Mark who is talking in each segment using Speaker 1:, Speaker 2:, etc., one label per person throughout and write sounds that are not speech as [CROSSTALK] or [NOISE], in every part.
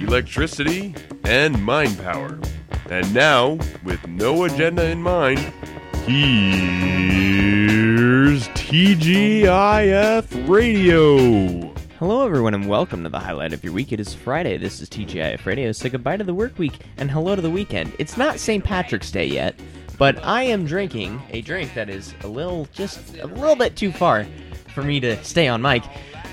Speaker 1: electricity, and mind power. And now, with no agenda in mind, here's TGIF Radio.
Speaker 2: Hello, everyone, and welcome to the highlight of your week. It is Friday. This is TGIF Radio. So goodbye to the work week and hello to the weekend. It's not St. Patrick's Day yet, but I am drinking a drink that is a little, just a little bit too far for me to stay on mic.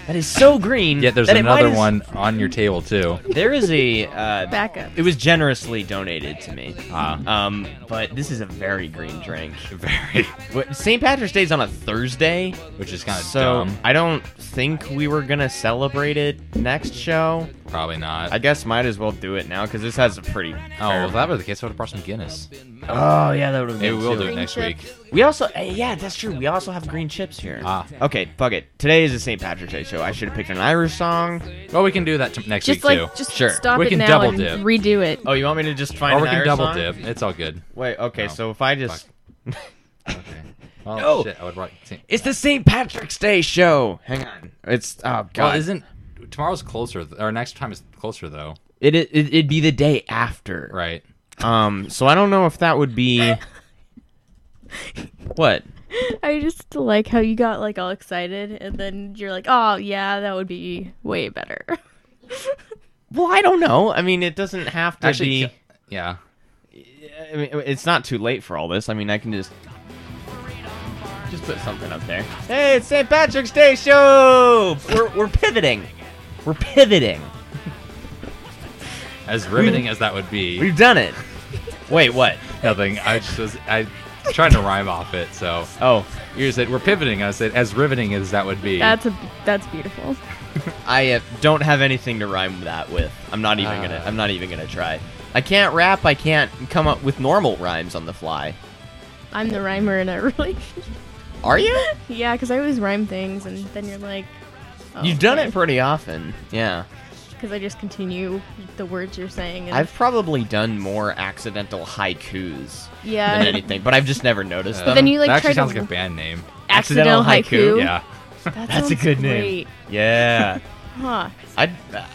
Speaker 2: That is so green.
Speaker 3: Yeah, there's
Speaker 2: that it might
Speaker 3: another
Speaker 2: as-
Speaker 3: one on your table too.
Speaker 2: [LAUGHS]
Speaker 3: [LAUGHS]
Speaker 2: There is a uh,
Speaker 4: Backup.
Speaker 2: It was generously donated to me.
Speaker 3: Ah.
Speaker 2: Um, but this is a very green drink.
Speaker 3: Very,
Speaker 2: But St. Patrick's Day is on a Thursday,
Speaker 3: which is kind of
Speaker 2: so
Speaker 3: dumb.
Speaker 2: I don't think we were gonna celebrate it next show.
Speaker 3: Probably not.
Speaker 2: I guess might as well do it now because this has a pretty.
Speaker 3: oh, well, if that were the case, I would have brought some Guinness.
Speaker 2: oh yeah, that would have
Speaker 3: Maybe we'll do it
Speaker 4: Green
Speaker 3: next week.
Speaker 4: chips.
Speaker 2: We also, eh, yeah, that's true. We also have green chips here.
Speaker 3: Ah.
Speaker 2: Okay, fuck it. Today is the St. Patrick's Day show. I should have picked an Irish song.
Speaker 3: Well, we can do that t- next
Speaker 4: Just
Speaker 3: week
Speaker 4: like,
Speaker 3: too.
Speaker 4: just
Speaker 2: Sure.
Speaker 4: stop
Speaker 3: We
Speaker 4: it
Speaker 3: can
Speaker 4: now
Speaker 3: double
Speaker 4: and
Speaker 3: dip.
Speaker 4: redo it.
Speaker 2: Oh, you want me to just find
Speaker 3: or we
Speaker 2: an
Speaker 3: can
Speaker 2: Irish
Speaker 3: double
Speaker 2: song?
Speaker 3: dip. It's all good.
Speaker 2: Wait, okay.
Speaker 3: Oh,
Speaker 2: So if I just,
Speaker 3: Okay. Well,
Speaker 2: No!
Speaker 3: shit, I would brought. see-
Speaker 2: it's the St. Patrick's Day show. Hang on. It's oh god.
Speaker 3: Well, isn't tomorrow's closer? th- Or next time is closer though,
Speaker 2: it, it? It'd be the day after.
Speaker 3: right?
Speaker 2: Um. So I don't know if that would [LAUGHS] be. what?
Speaker 4: I just like how you got like all excited and then you're like, oh yeah, that would be way better.
Speaker 2: Well, I don't know. I mean, it doesn't have to
Speaker 3: Actually,
Speaker 2: be.
Speaker 3: yeah.
Speaker 2: I mean, it's not too late for all this. I mean, I can just just put something up there. Hey, it's St. Patrick's Day show. We're we're pivoting. We're pivoting.
Speaker 3: As riveting as that would be,
Speaker 2: We've done it. Wait, what?
Speaker 3: nothing. I just was I trying to rhyme off it. So
Speaker 2: Oh,
Speaker 3: you said we're pivoting. I said as riveting as that would be.
Speaker 4: That's a that's beautiful.
Speaker 2: I uh, don't have anything to rhyme that with. I'm not even gonna. I'm not even gonna try. I can't rap. I can't come up with normal rhymes on the fly.
Speaker 4: I'm the rhymer in a [LAUGHS] relationship.
Speaker 2: Are you?
Speaker 4: yeah, because I always rhyme things and then you're like, oh,
Speaker 2: You've done it pretty often. Yeah.
Speaker 4: because I just continue the words you're saying. And,
Speaker 2: I've probably done more accidental haikus
Speaker 4: yeah.
Speaker 2: than anything, but I've just never noticed
Speaker 3: Uh,
Speaker 2: them.
Speaker 4: Uh, then you, like,
Speaker 3: that actually
Speaker 4: try to-
Speaker 3: sounds like a band name.
Speaker 2: Accidental
Speaker 4: accidental
Speaker 2: haiku.
Speaker 4: haiku.
Speaker 3: Yeah.
Speaker 4: That
Speaker 2: That's a
Speaker 4: sounds
Speaker 2: good name.
Speaker 4: great.
Speaker 2: Yeah.
Speaker 4: Huh.
Speaker 2: I'd, uh,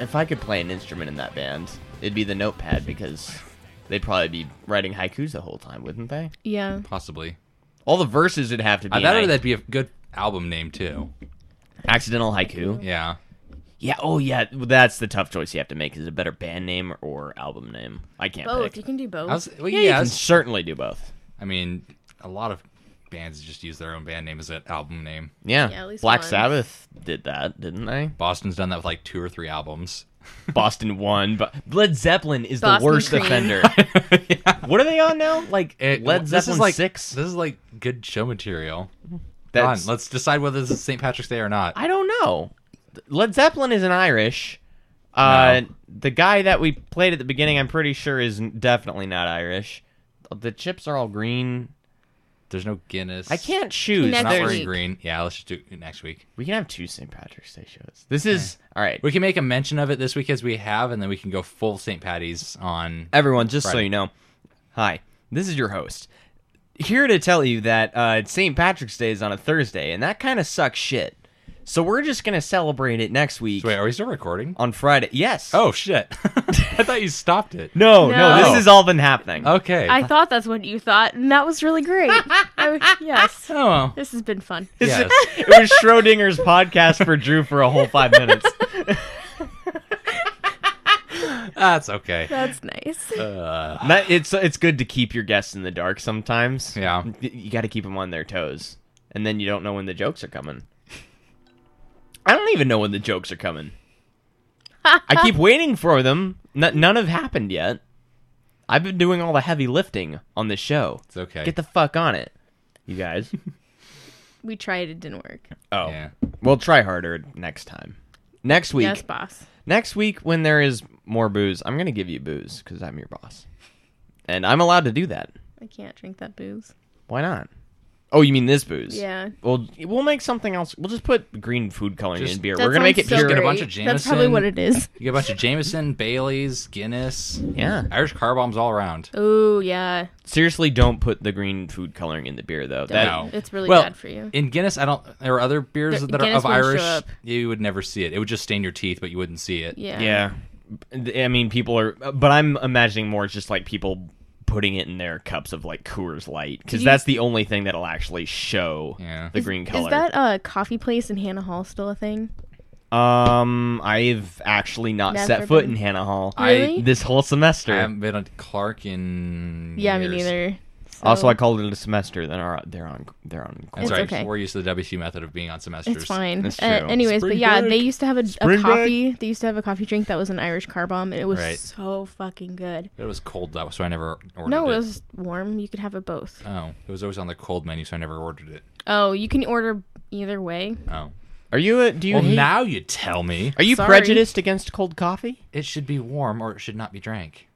Speaker 2: if I could play an instrument in that band, it'd be the notepad because they'd probably be writing haikus the whole time, wouldn't they?
Speaker 4: Yeah.
Speaker 3: Possibly.
Speaker 2: All the verses would have to be
Speaker 3: I thought
Speaker 2: in
Speaker 3: that'd be a good album name too.
Speaker 2: accidental haiku.
Speaker 3: Yeah.
Speaker 2: Yeah. Oh, yeah. well, That's the tough choice you have to make: is it a better band name or album name? I can't
Speaker 4: Both. You
Speaker 2: pick.
Speaker 4: can do both.
Speaker 3: I was, well,
Speaker 2: Yeah,
Speaker 3: yeah,
Speaker 2: you can
Speaker 3: it's-
Speaker 2: certainly do both.
Speaker 3: I mean, a lot of bands just use their own band name as an album name.
Speaker 2: Yeah.
Speaker 4: Yeah, at least
Speaker 2: Black
Speaker 4: one.
Speaker 2: Sabbath did that, didn't they?
Speaker 3: Boston's done that with like two or three albums. [LAUGHS]
Speaker 2: Boston won, but Led Zeppelin is the
Speaker 4: Boston
Speaker 2: worst
Speaker 4: Cream. [LAUGHS]
Speaker 2: offender. What are they on now? Like
Speaker 3: It-
Speaker 2: Led
Speaker 3: this
Speaker 2: Zeppelin
Speaker 3: is like,
Speaker 2: six?
Speaker 3: This is like good show material. Come on,
Speaker 2: That's-
Speaker 3: let's decide whether this is St. Patrick's Day or not.
Speaker 2: I don't know. Led Zeppelin is an Irish. Uh,
Speaker 3: No.
Speaker 2: The guy that we played at the beginning, I'm pretty sure, is n- definitely not Irish. The chips are all green.
Speaker 3: There's no Guinness.
Speaker 2: I can't choose.
Speaker 3: It's
Speaker 4: Next
Speaker 3: not
Speaker 2: There's-
Speaker 3: wearing
Speaker 4: week.
Speaker 3: green. Yeah, let's just do it next week.
Speaker 2: We can have two St. Patrick's Day shows. This is all right.
Speaker 3: We can make a mention of it this week as we have, and then we can go full St. Patty's on.
Speaker 2: Everyone, just so
Speaker 3: Friday.
Speaker 2: you know, hi. This is your host. Here to tell you that uh, St. Patrick's Day is on a Thursday, and that kind of sucks shit. So we're just gonna celebrate it next week
Speaker 3: So wait, are we still recording?
Speaker 2: on Friday. Yes.
Speaker 3: Oh shit! [LAUGHS] I thought you stopped it.
Speaker 2: no, no,
Speaker 4: No.
Speaker 2: This has all been happening.
Speaker 3: Okay.
Speaker 4: I thought that's what you thought, and that was really great. I was- yes.
Speaker 3: oh. well.
Speaker 4: This has been fun.
Speaker 3: Yes.
Speaker 2: it was Schrodinger's podcast for Drew for a whole five minutes.
Speaker 3: That's
Speaker 4: [LAUGHS]
Speaker 3: okay.
Speaker 4: That's nice.
Speaker 3: Uh,
Speaker 2: That- it's it's good to keep your guests in the dark sometimes.
Speaker 3: yeah.
Speaker 2: Y- you got to keep them on their toes, and then you don't know when the jokes are coming. I don't even know when the jokes are coming. I
Speaker 3: [LAUGHS]
Speaker 2: keep waiting for them. N- none have happened yet. I've been doing all the heavy lifting on this show.
Speaker 3: It's okay.
Speaker 2: Get the fuck on it, you
Speaker 3: [LAUGHS]
Speaker 2: guys.
Speaker 4: We tried. It didn't work.
Speaker 2: Oh,
Speaker 3: yeah.
Speaker 2: we'll try harder next time. Next week,
Speaker 4: Yes, boss.
Speaker 2: Next week, when there is more booze, I'm going to give you booze because I'm your boss. And I'm allowed to do that.
Speaker 4: I can't drink that booze.
Speaker 2: Why not? Oh, you mean this booze?
Speaker 4: Yeah.
Speaker 2: Well, we'll make something else. We'll just put green food coloring
Speaker 3: Just-
Speaker 2: in beer.
Speaker 4: That
Speaker 2: We're going to make it
Speaker 4: sounds so
Speaker 2: pure.
Speaker 3: Get a bunch
Speaker 4: great.
Speaker 3: of
Speaker 4: That's probably
Speaker 3: Jameson.
Speaker 4: what it is.
Speaker 3: You get a bunch of Jameson, Bailey's, Guinness,
Speaker 2: Yeah.
Speaker 3: Irish car bombs all around.
Speaker 4: Oh yeah.
Speaker 2: Seriously, don't put the green food coloring in the beer, though. That,
Speaker 3: No.
Speaker 4: It's really
Speaker 3: well,
Speaker 4: bad for you.
Speaker 3: In Guinness, I don't. There are other beers
Speaker 4: There-
Speaker 3: that
Speaker 4: Guinness
Speaker 3: are
Speaker 4: won't
Speaker 3: of
Speaker 4: show
Speaker 3: Irish.
Speaker 4: up.
Speaker 3: You would never see it. It would just stain your teeth, but you wouldn't see it.
Speaker 4: Yeah.
Speaker 2: Yeah. I mean, people are, but I'm imagining more just like people putting it in their cups of like Coors Light because
Speaker 4: you-
Speaker 2: that's the only thing that'll actually show
Speaker 3: Yeah.
Speaker 2: the green color.
Speaker 4: Is that a coffee place in Hannah Hall still a thing?
Speaker 2: um, I've actually not
Speaker 4: Never
Speaker 2: set foot
Speaker 4: been-
Speaker 2: in Hannah Hall
Speaker 3: I-
Speaker 4: Really?
Speaker 2: this whole
Speaker 3: I
Speaker 2: semester.
Speaker 3: haven't been at Clark in.
Speaker 4: yeah, me
Speaker 3: years.
Speaker 4: neither. So-
Speaker 2: also, I called it a semester. Then are they're on they're on.
Speaker 3: That's
Speaker 4: It's
Speaker 3: right.
Speaker 4: okay.
Speaker 3: We're used to the WC method of being on semesters.
Speaker 4: It's fine.
Speaker 2: That's
Speaker 4: Uh,
Speaker 2: true.
Speaker 4: anyways, but
Speaker 1: Spring
Speaker 4: yeah,
Speaker 1: break.
Speaker 4: they used to have a, a
Speaker 1: Spring break.
Speaker 4: coffee. They used to have a coffee drink that was an Irish car bomb, and it was
Speaker 3: Right.
Speaker 4: so fucking good.
Speaker 3: But it was cold though, so I never ordered
Speaker 4: No,
Speaker 3: it.
Speaker 4: it was warm. You could have it both.
Speaker 3: Oh, it was always on the cold menu, so I never ordered it.
Speaker 4: Oh, you can order either way.
Speaker 3: Oh.
Speaker 2: Are you a, do you
Speaker 3: Well,
Speaker 2: hate-
Speaker 3: now you tell me.
Speaker 2: are you
Speaker 4: Sorry.
Speaker 2: prejudiced against cold coffee?
Speaker 3: It should be warm or it should not be drank.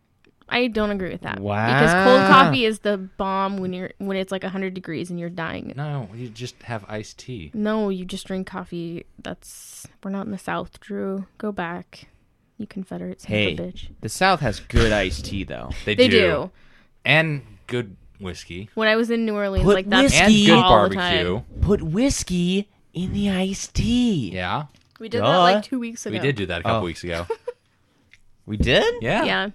Speaker 4: I don't agree with that. Because cold
Speaker 2: Wow.
Speaker 4: coffee is the bomb when you're when it's like 100 degrees and you're dying.
Speaker 3: No, you just have iced tea.
Speaker 4: No, you just drink coffee. That's we're not in the South, Drew. Go back. You Confederate son of a
Speaker 2: Hey.
Speaker 4: bitch.
Speaker 2: The South has good iced tea though.
Speaker 4: They do.
Speaker 3: And good whiskey.
Speaker 4: When I was in New Orleans,
Speaker 2: Put
Speaker 4: like that's
Speaker 3: And
Speaker 2: Ski
Speaker 3: good
Speaker 4: all the
Speaker 3: barbecue.
Speaker 4: time.
Speaker 2: Put whiskey in the iced tea.
Speaker 3: Yeah.
Speaker 4: We did that
Speaker 2: Duh.
Speaker 4: like two weeks ago.
Speaker 3: We did do that a couple
Speaker 2: Oh.
Speaker 3: weeks
Speaker 4: [LAUGHS]
Speaker 3: ago.
Speaker 2: We did?
Speaker 3: Yeah.
Speaker 4: Yeah,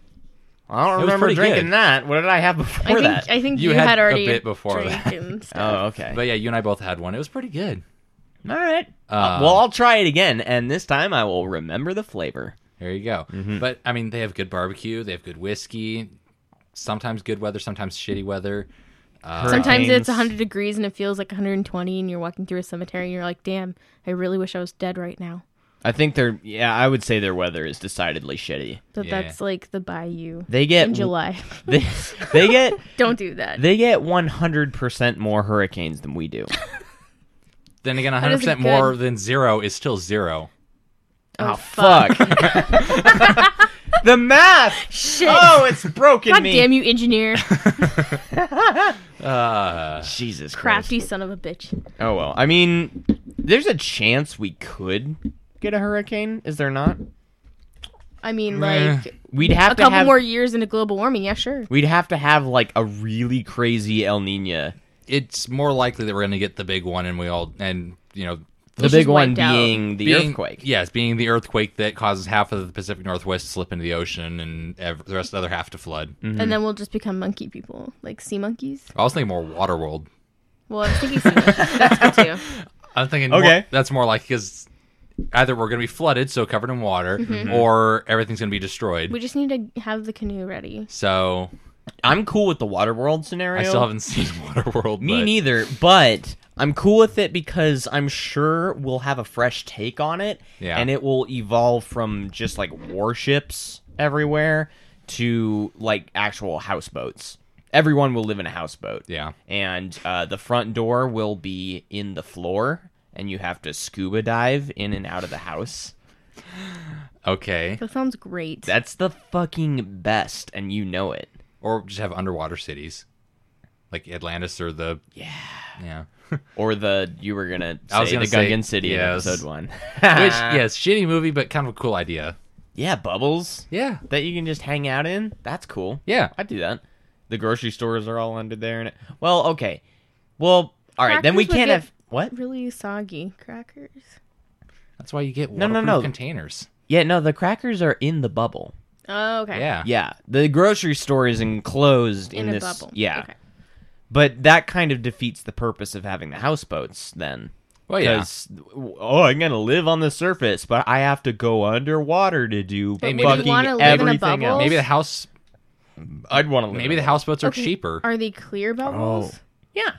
Speaker 2: I don't
Speaker 3: was
Speaker 2: remember
Speaker 3: pretty
Speaker 2: drinking
Speaker 3: good.
Speaker 2: that. What did I have
Speaker 4: I
Speaker 2: before
Speaker 4: think
Speaker 2: that?
Speaker 4: I think
Speaker 3: You
Speaker 4: you,
Speaker 3: had
Speaker 4: had,
Speaker 3: a
Speaker 4: already
Speaker 3: bit before
Speaker 4: drank
Speaker 3: that. [LAUGHS]
Speaker 4: and stuff.
Speaker 2: oh, okay.
Speaker 3: But yeah, you and I both had one. It was pretty good.
Speaker 2: All right.
Speaker 3: Uh,
Speaker 2: well, I'll try it again, and this time I will remember the flavor.
Speaker 3: There you go.
Speaker 4: Mm-hmm.
Speaker 3: But I mean, they have good barbecue. They have good whiskey. Sometimes good weather. Sometimes shitty weather. Uh,
Speaker 4: Sometimes
Speaker 2: Hurricanes.
Speaker 4: it's 100 degrees and it feels like 120, and you're walking through a cemetery and you're like, "Damn, I really wish I was dead right now."
Speaker 2: I think their yeah, I would say their weather is decidedly shitty.
Speaker 4: But
Speaker 3: Yeah.
Speaker 4: that's like the bayou
Speaker 2: They get
Speaker 4: in July.
Speaker 2: [LAUGHS]
Speaker 4: [LAUGHS]
Speaker 2: They, they get
Speaker 4: Don't do that.
Speaker 2: they get one hundred percent more hurricanes than we
Speaker 4: [LAUGHS]
Speaker 2: do.
Speaker 3: Then again,
Speaker 4: That
Speaker 3: 100
Speaker 4: isn't
Speaker 3: percent more
Speaker 4: good.
Speaker 3: than zero is still zero.
Speaker 2: Oh, fuck!
Speaker 4: [LAUGHS]
Speaker 2: the math.
Speaker 4: Shit.
Speaker 2: Oh, it's broken
Speaker 4: God
Speaker 2: me.
Speaker 4: damn
Speaker 2: [LAUGHS]
Speaker 4: you, engineer,
Speaker 3: Uh,
Speaker 2: Jesus Christ.
Speaker 4: crafty son of a bitch.
Speaker 2: Oh well. I mean, there's a chance we could get a hurricane. Is there not?
Speaker 4: I mean,
Speaker 3: Meh.
Speaker 4: like
Speaker 2: We'd have
Speaker 4: a
Speaker 2: to
Speaker 4: couple
Speaker 2: have
Speaker 4: more years into global warming. Yeah, sure.
Speaker 2: We'd have to have like a really crazy El Nino.
Speaker 3: It's more likely that we're going to get the big one, and we all and you know
Speaker 2: The
Speaker 4: It's
Speaker 2: big
Speaker 4: just
Speaker 2: one
Speaker 4: wiped out.
Speaker 2: being the
Speaker 3: being-
Speaker 2: earthquake.
Speaker 3: Yes, being the earthquake that causes half of the Pacific Northwest to slip into the ocean and ev- the rest of the other half to flood.
Speaker 2: Mm. Mm-hmm.
Speaker 4: And then we'll just become monkey people, like sea monkeys.
Speaker 3: I was thinking more water world.
Speaker 4: Well, I was thinking sea
Speaker 2: [LAUGHS]
Speaker 4: monkeys. That's good too.
Speaker 3: I'm thinking
Speaker 2: Okay.
Speaker 3: more- that's more like because either we're going to be flooded, so covered in water,
Speaker 2: Mm-hmm.
Speaker 3: or everything's going to be destroyed.
Speaker 4: We just need to have the canoe ready.
Speaker 3: so
Speaker 2: I'm cool with the water world scenario.
Speaker 3: I still haven't [LAUGHS] seen Waterworld.
Speaker 2: Me
Speaker 3: but
Speaker 2: neither, but I'm cool with it because I'm sure we'll have a fresh take on it.
Speaker 3: Yeah.
Speaker 2: And it will evolve from just like warships everywhere to like actual houseboats. Everyone will live in a houseboat.
Speaker 3: Yeah.
Speaker 2: And uh, the front door will be in the floor, and you have to scuba dive in and out of the house.
Speaker 3: Okay,
Speaker 4: That sounds great.
Speaker 2: That's the fucking best, and you know it.
Speaker 3: or just have underwater cities, like Atlantis or the yeah yeah.
Speaker 2: Or the you were gonna say
Speaker 3: I was gonna
Speaker 2: the
Speaker 3: say-
Speaker 2: Gungan City
Speaker 3: yes.
Speaker 2: in episode
Speaker 3: [LAUGHS]
Speaker 2: one.
Speaker 3: Which
Speaker 2: Uh.
Speaker 3: yes, shitty movie, but kind of a cool idea.
Speaker 2: yeah, bubbles
Speaker 3: Yeah,
Speaker 2: that you can just hang out in. That's cool.
Speaker 3: yeah.
Speaker 2: I'd do that. The grocery stores are all under there, and it, well, okay, well, all right, then we
Speaker 4: Crackers would
Speaker 2: can't
Speaker 4: get-
Speaker 2: have what?
Speaker 4: really soggy crackers.
Speaker 3: That's why you get
Speaker 2: No,
Speaker 3: waterproof
Speaker 2: no, no.
Speaker 3: containers.
Speaker 2: Yeah, no, the crackers are in the bubble.
Speaker 4: Oh, okay.
Speaker 3: Yeah.
Speaker 2: Yeah, the grocery store is enclosed Ah. in,
Speaker 4: In, a
Speaker 2: this.
Speaker 4: bubble.
Speaker 2: Yeah,
Speaker 4: Okay.
Speaker 2: but that kind of defeats the purpose of having the houseboats then.
Speaker 3: Well, yeah.
Speaker 2: 'Cause, oh, I'm gonna live on the surface, but I have to go underwater to do
Speaker 3: Hey, maybe-
Speaker 2: fucking
Speaker 3: You
Speaker 4: wanna live in a
Speaker 2: everything
Speaker 4: bubble?
Speaker 2: else.
Speaker 3: Maybe the house.
Speaker 2: I'd want to live.
Speaker 3: Maybe
Speaker 2: in
Speaker 3: the
Speaker 2: a-
Speaker 3: houseboats are
Speaker 4: Okay,
Speaker 3: cheaper.
Speaker 4: Are they clear bubbles?
Speaker 2: Yeah.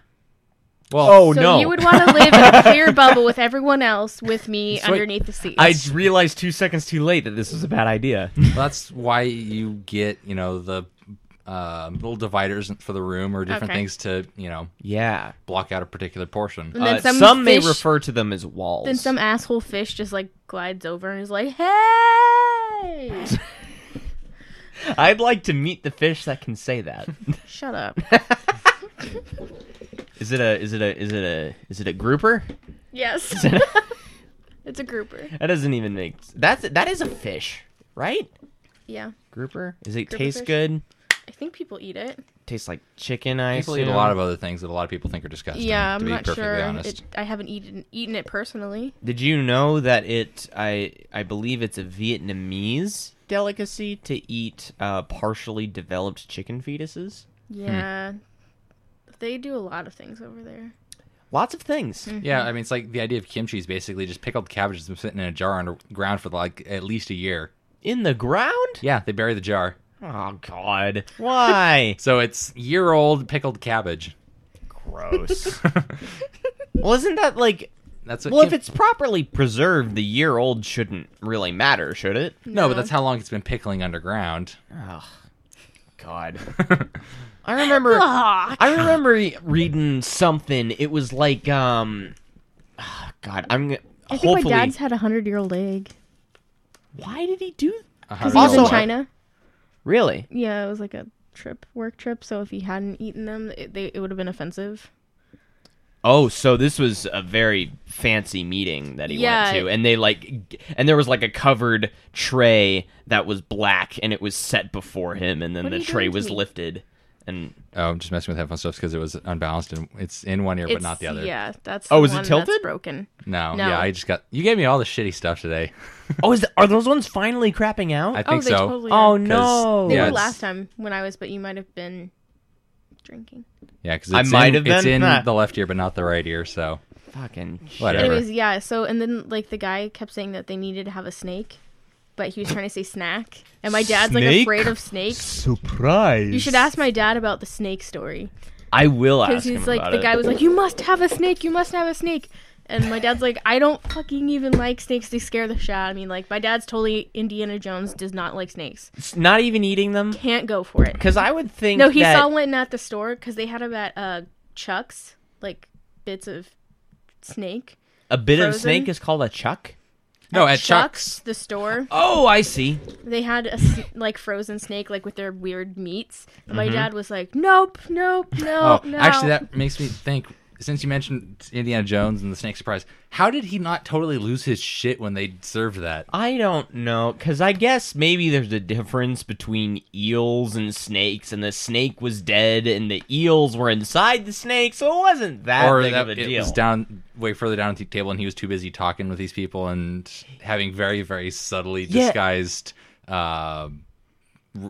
Speaker 3: Well,
Speaker 2: Oh
Speaker 4: so
Speaker 2: no!
Speaker 4: you would want to live in a clear bubble with everyone else with me
Speaker 3: So wait,
Speaker 4: underneath the sea.
Speaker 2: I realized two seconds too late that this was a bad idea.
Speaker 3: that's why you get you know the um, little dividers for the room or different
Speaker 4: Okay.
Speaker 3: things to you know
Speaker 2: Yeah.
Speaker 3: block out a particular portion.
Speaker 4: And then
Speaker 2: Uh, some
Speaker 4: some
Speaker 2: may
Speaker 4: fish-
Speaker 2: refer to them as walls.
Speaker 4: Then some asshole fish just like glides over and is like, "Hey!"
Speaker 2: [LAUGHS] I'd like to meet the fish that can say
Speaker 4: [LAUGHS]
Speaker 2: that.
Speaker 4: Shut up.
Speaker 2: is it a? Is it a? Is it a? Is it a grouper?
Speaker 4: Yes. [LAUGHS] it's a grouper.
Speaker 2: That doesn't even make. That's that is a fish, right?
Speaker 4: Yeah.
Speaker 2: Grouper. Is it
Speaker 4: Grouper
Speaker 2: taste
Speaker 4: fish?
Speaker 2: good?
Speaker 4: I think people eat it.
Speaker 2: Tastes like chicken. I
Speaker 3: People eat a
Speaker 2: assume?
Speaker 3: lot of other things that a lot of people think are disgusting.
Speaker 4: yeah,
Speaker 3: to
Speaker 4: I'm
Speaker 3: be
Speaker 4: not
Speaker 3: perfectly
Speaker 4: sure.
Speaker 3: honest.
Speaker 4: It, I haven't eaten eaten it personally.
Speaker 2: Did you know that it? I I believe it's a Vietnamese delicacy to eat uh, partially developed chicken fetuses.
Speaker 3: Hmm.
Speaker 4: Yeah. They do a lot of things over there.
Speaker 2: Lots of things.
Speaker 4: Hmm. mm-hmm.
Speaker 3: Yeah, I mean, it's like the idea of kimchi is basically just pickled cabbage that's been sitting in a jar underground for like at least a year.
Speaker 2: In the ground?
Speaker 3: Yeah, they bury the jar,
Speaker 2: Oh God!
Speaker 4: [LAUGHS]
Speaker 2: Why?
Speaker 3: so it's year old pickled cabbage. [LAUGHS]
Speaker 2: Gross.
Speaker 4: [LAUGHS]
Speaker 2: well, isn't that like?
Speaker 3: That's what
Speaker 2: Well, if
Speaker 3: kim-
Speaker 2: it's properly preserved, the year old shouldn't really matter, should it?
Speaker 3: no, but that's how long it's been pickling underground. [LAUGHS]
Speaker 2: Oh, God. I
Speaker 4: [LAUGHS]
Speaker 2: remember. I remember re- reading something. It was like, um, ah, God, I'm. gonna-
Speaker 4: I think
Speaker 2: hopefully,
Speaker 4: my dad's had a hundred year old egg.
Speaker 2: why did he do?
Speaker 3: Because
Speaker 4: Because he was in
Speaker 2: Also-
Speaker 4: China.
Speaker 2: Really?
Speaker 4: Yeah, it was like a trip, work trip. So if he hadn't eaten them, it, they, it would have been offensive.
Speaker 2: Oh, so this was a very fancy meeting that he
Speaker 4: Yeah.
Speaker 2: went to, and they like, g- and there was like a covered tray that was black, and it was set before him, and then
Speaker 4: What are
Speaker 2: the
Speaker 4: you
Speaker 2: tray
Speaker 4: doing to
Speaker 2: was
Speaker 4: me?
Speaker 2: lifted, and
Speaker 3: Oh, I'm just messing with headphone stuff because it was unbalanced and it's in one ear but not the
Speaker 4: It's-
Speaker 3: other.
Speaker 4: Yeah, that's.
Speaker 2: Oh,
Speaker 4: the
Speaker 2: is it
Speaker 4: one that's
Speaker 2: tilted?
Speaker 4: broken.
Speaker 3: No,
Speaker 4: No.
Speaker 3: yeah, I just got you gave me all the shitty stuff today.
Speaker 2: oh, is the, are those ones finally crapping out?
Speaker 3: I think
Speaker 4: oh, they
Speaker 3: so.
Speaker 4: totally.
Speaker 2: oh
Speaker 4: Are.
Speaker 2: no!
Speaker 4: They
Speaker 3: yeah,
Speaker 4: were
Speaker 3: it's-
Speaker 4: last time when I was, but you might have been drinking.
Speaker 3: Yeah, because
Speaker 2: I
Speaker 3: it's
Speaker 2: might
Speaker 3: in,
Speaker 2: have
Speaker 3: it's
Speaker 2: been.
Speaker 3: in
Speaker 2: Nah.
Speaker 3: the left ear but not the right ear. So
Speaker 4: Oh,
Speaker 2: Fucking
Speaker 3: Whatever.
Speaker 2: shit.
Speaker 4: Anyways, yeah. So and then like the guy kept saying that they needed to have a snake, but he was trying to say snack, and my dad's like
Speaker 2: Snake?
Speaker 4: afraid of snakes.
Speaker 2: Surprise!
Speaker 4: You should ask my dad about the snake story
Speaker 2: I will
Speaker 4: because
Speaker 2: ask him
Speaker 4: he's like
Speaker 2: about
Speaker 4: the
Speaker 2: it.
Speaker 4: guy was like, "You must have a snake. You must have a snake." And my dad's like, I don't fucking even like snakes. They scare the shit out of me. Like, my dad's totally Indiana Jones, does not like snakes.
Speaker 2: It's not even eating them.
Speaker 4: Can't go for it.
Speaker 2: Because I would think
Speaker 4: No, he
Speaker 2: that
Speaker 4: saw one at the store because they had them at uh, Chuck's, like bits of snake.
Speaker 2: a bit of
Speaker 4: frozen.
Speaker 2: snake is called a chuck.
Speaker 3: no, at
Speaker 4: Chuck's,
Speaker 3: Chuck's.
Speaker 4: the store,
Speaker 2: Oh, I see.
Speaker 4: they had a s- like frozen snake, like with their weird meats. And my dad was like, "Nope, nope, no,
Speaker 3: Oh,
Speaker 4: no."
Speaker 3: actually, that makes me think. Since you mentioned Indiana Jones and the Snake Surprise, how did he not totally lose his shit when they served that?
Speaker 2: I don't know, because I guess maybe there's a difference between eels and snakes, and the snake was dead, and the eels were inside the snake, so it wasn't that
Speaker 3: or
Speaker 2: big
Speaker 3: that
Speaker 2: of a
Speaker 3: it
Speaker 2: deal.
Speaker 3: was down way further down at the table, and he was too busy talking with these people and having very, very subtly
Speaker 2: Yeah.
Speaker 3: disguised uh, r-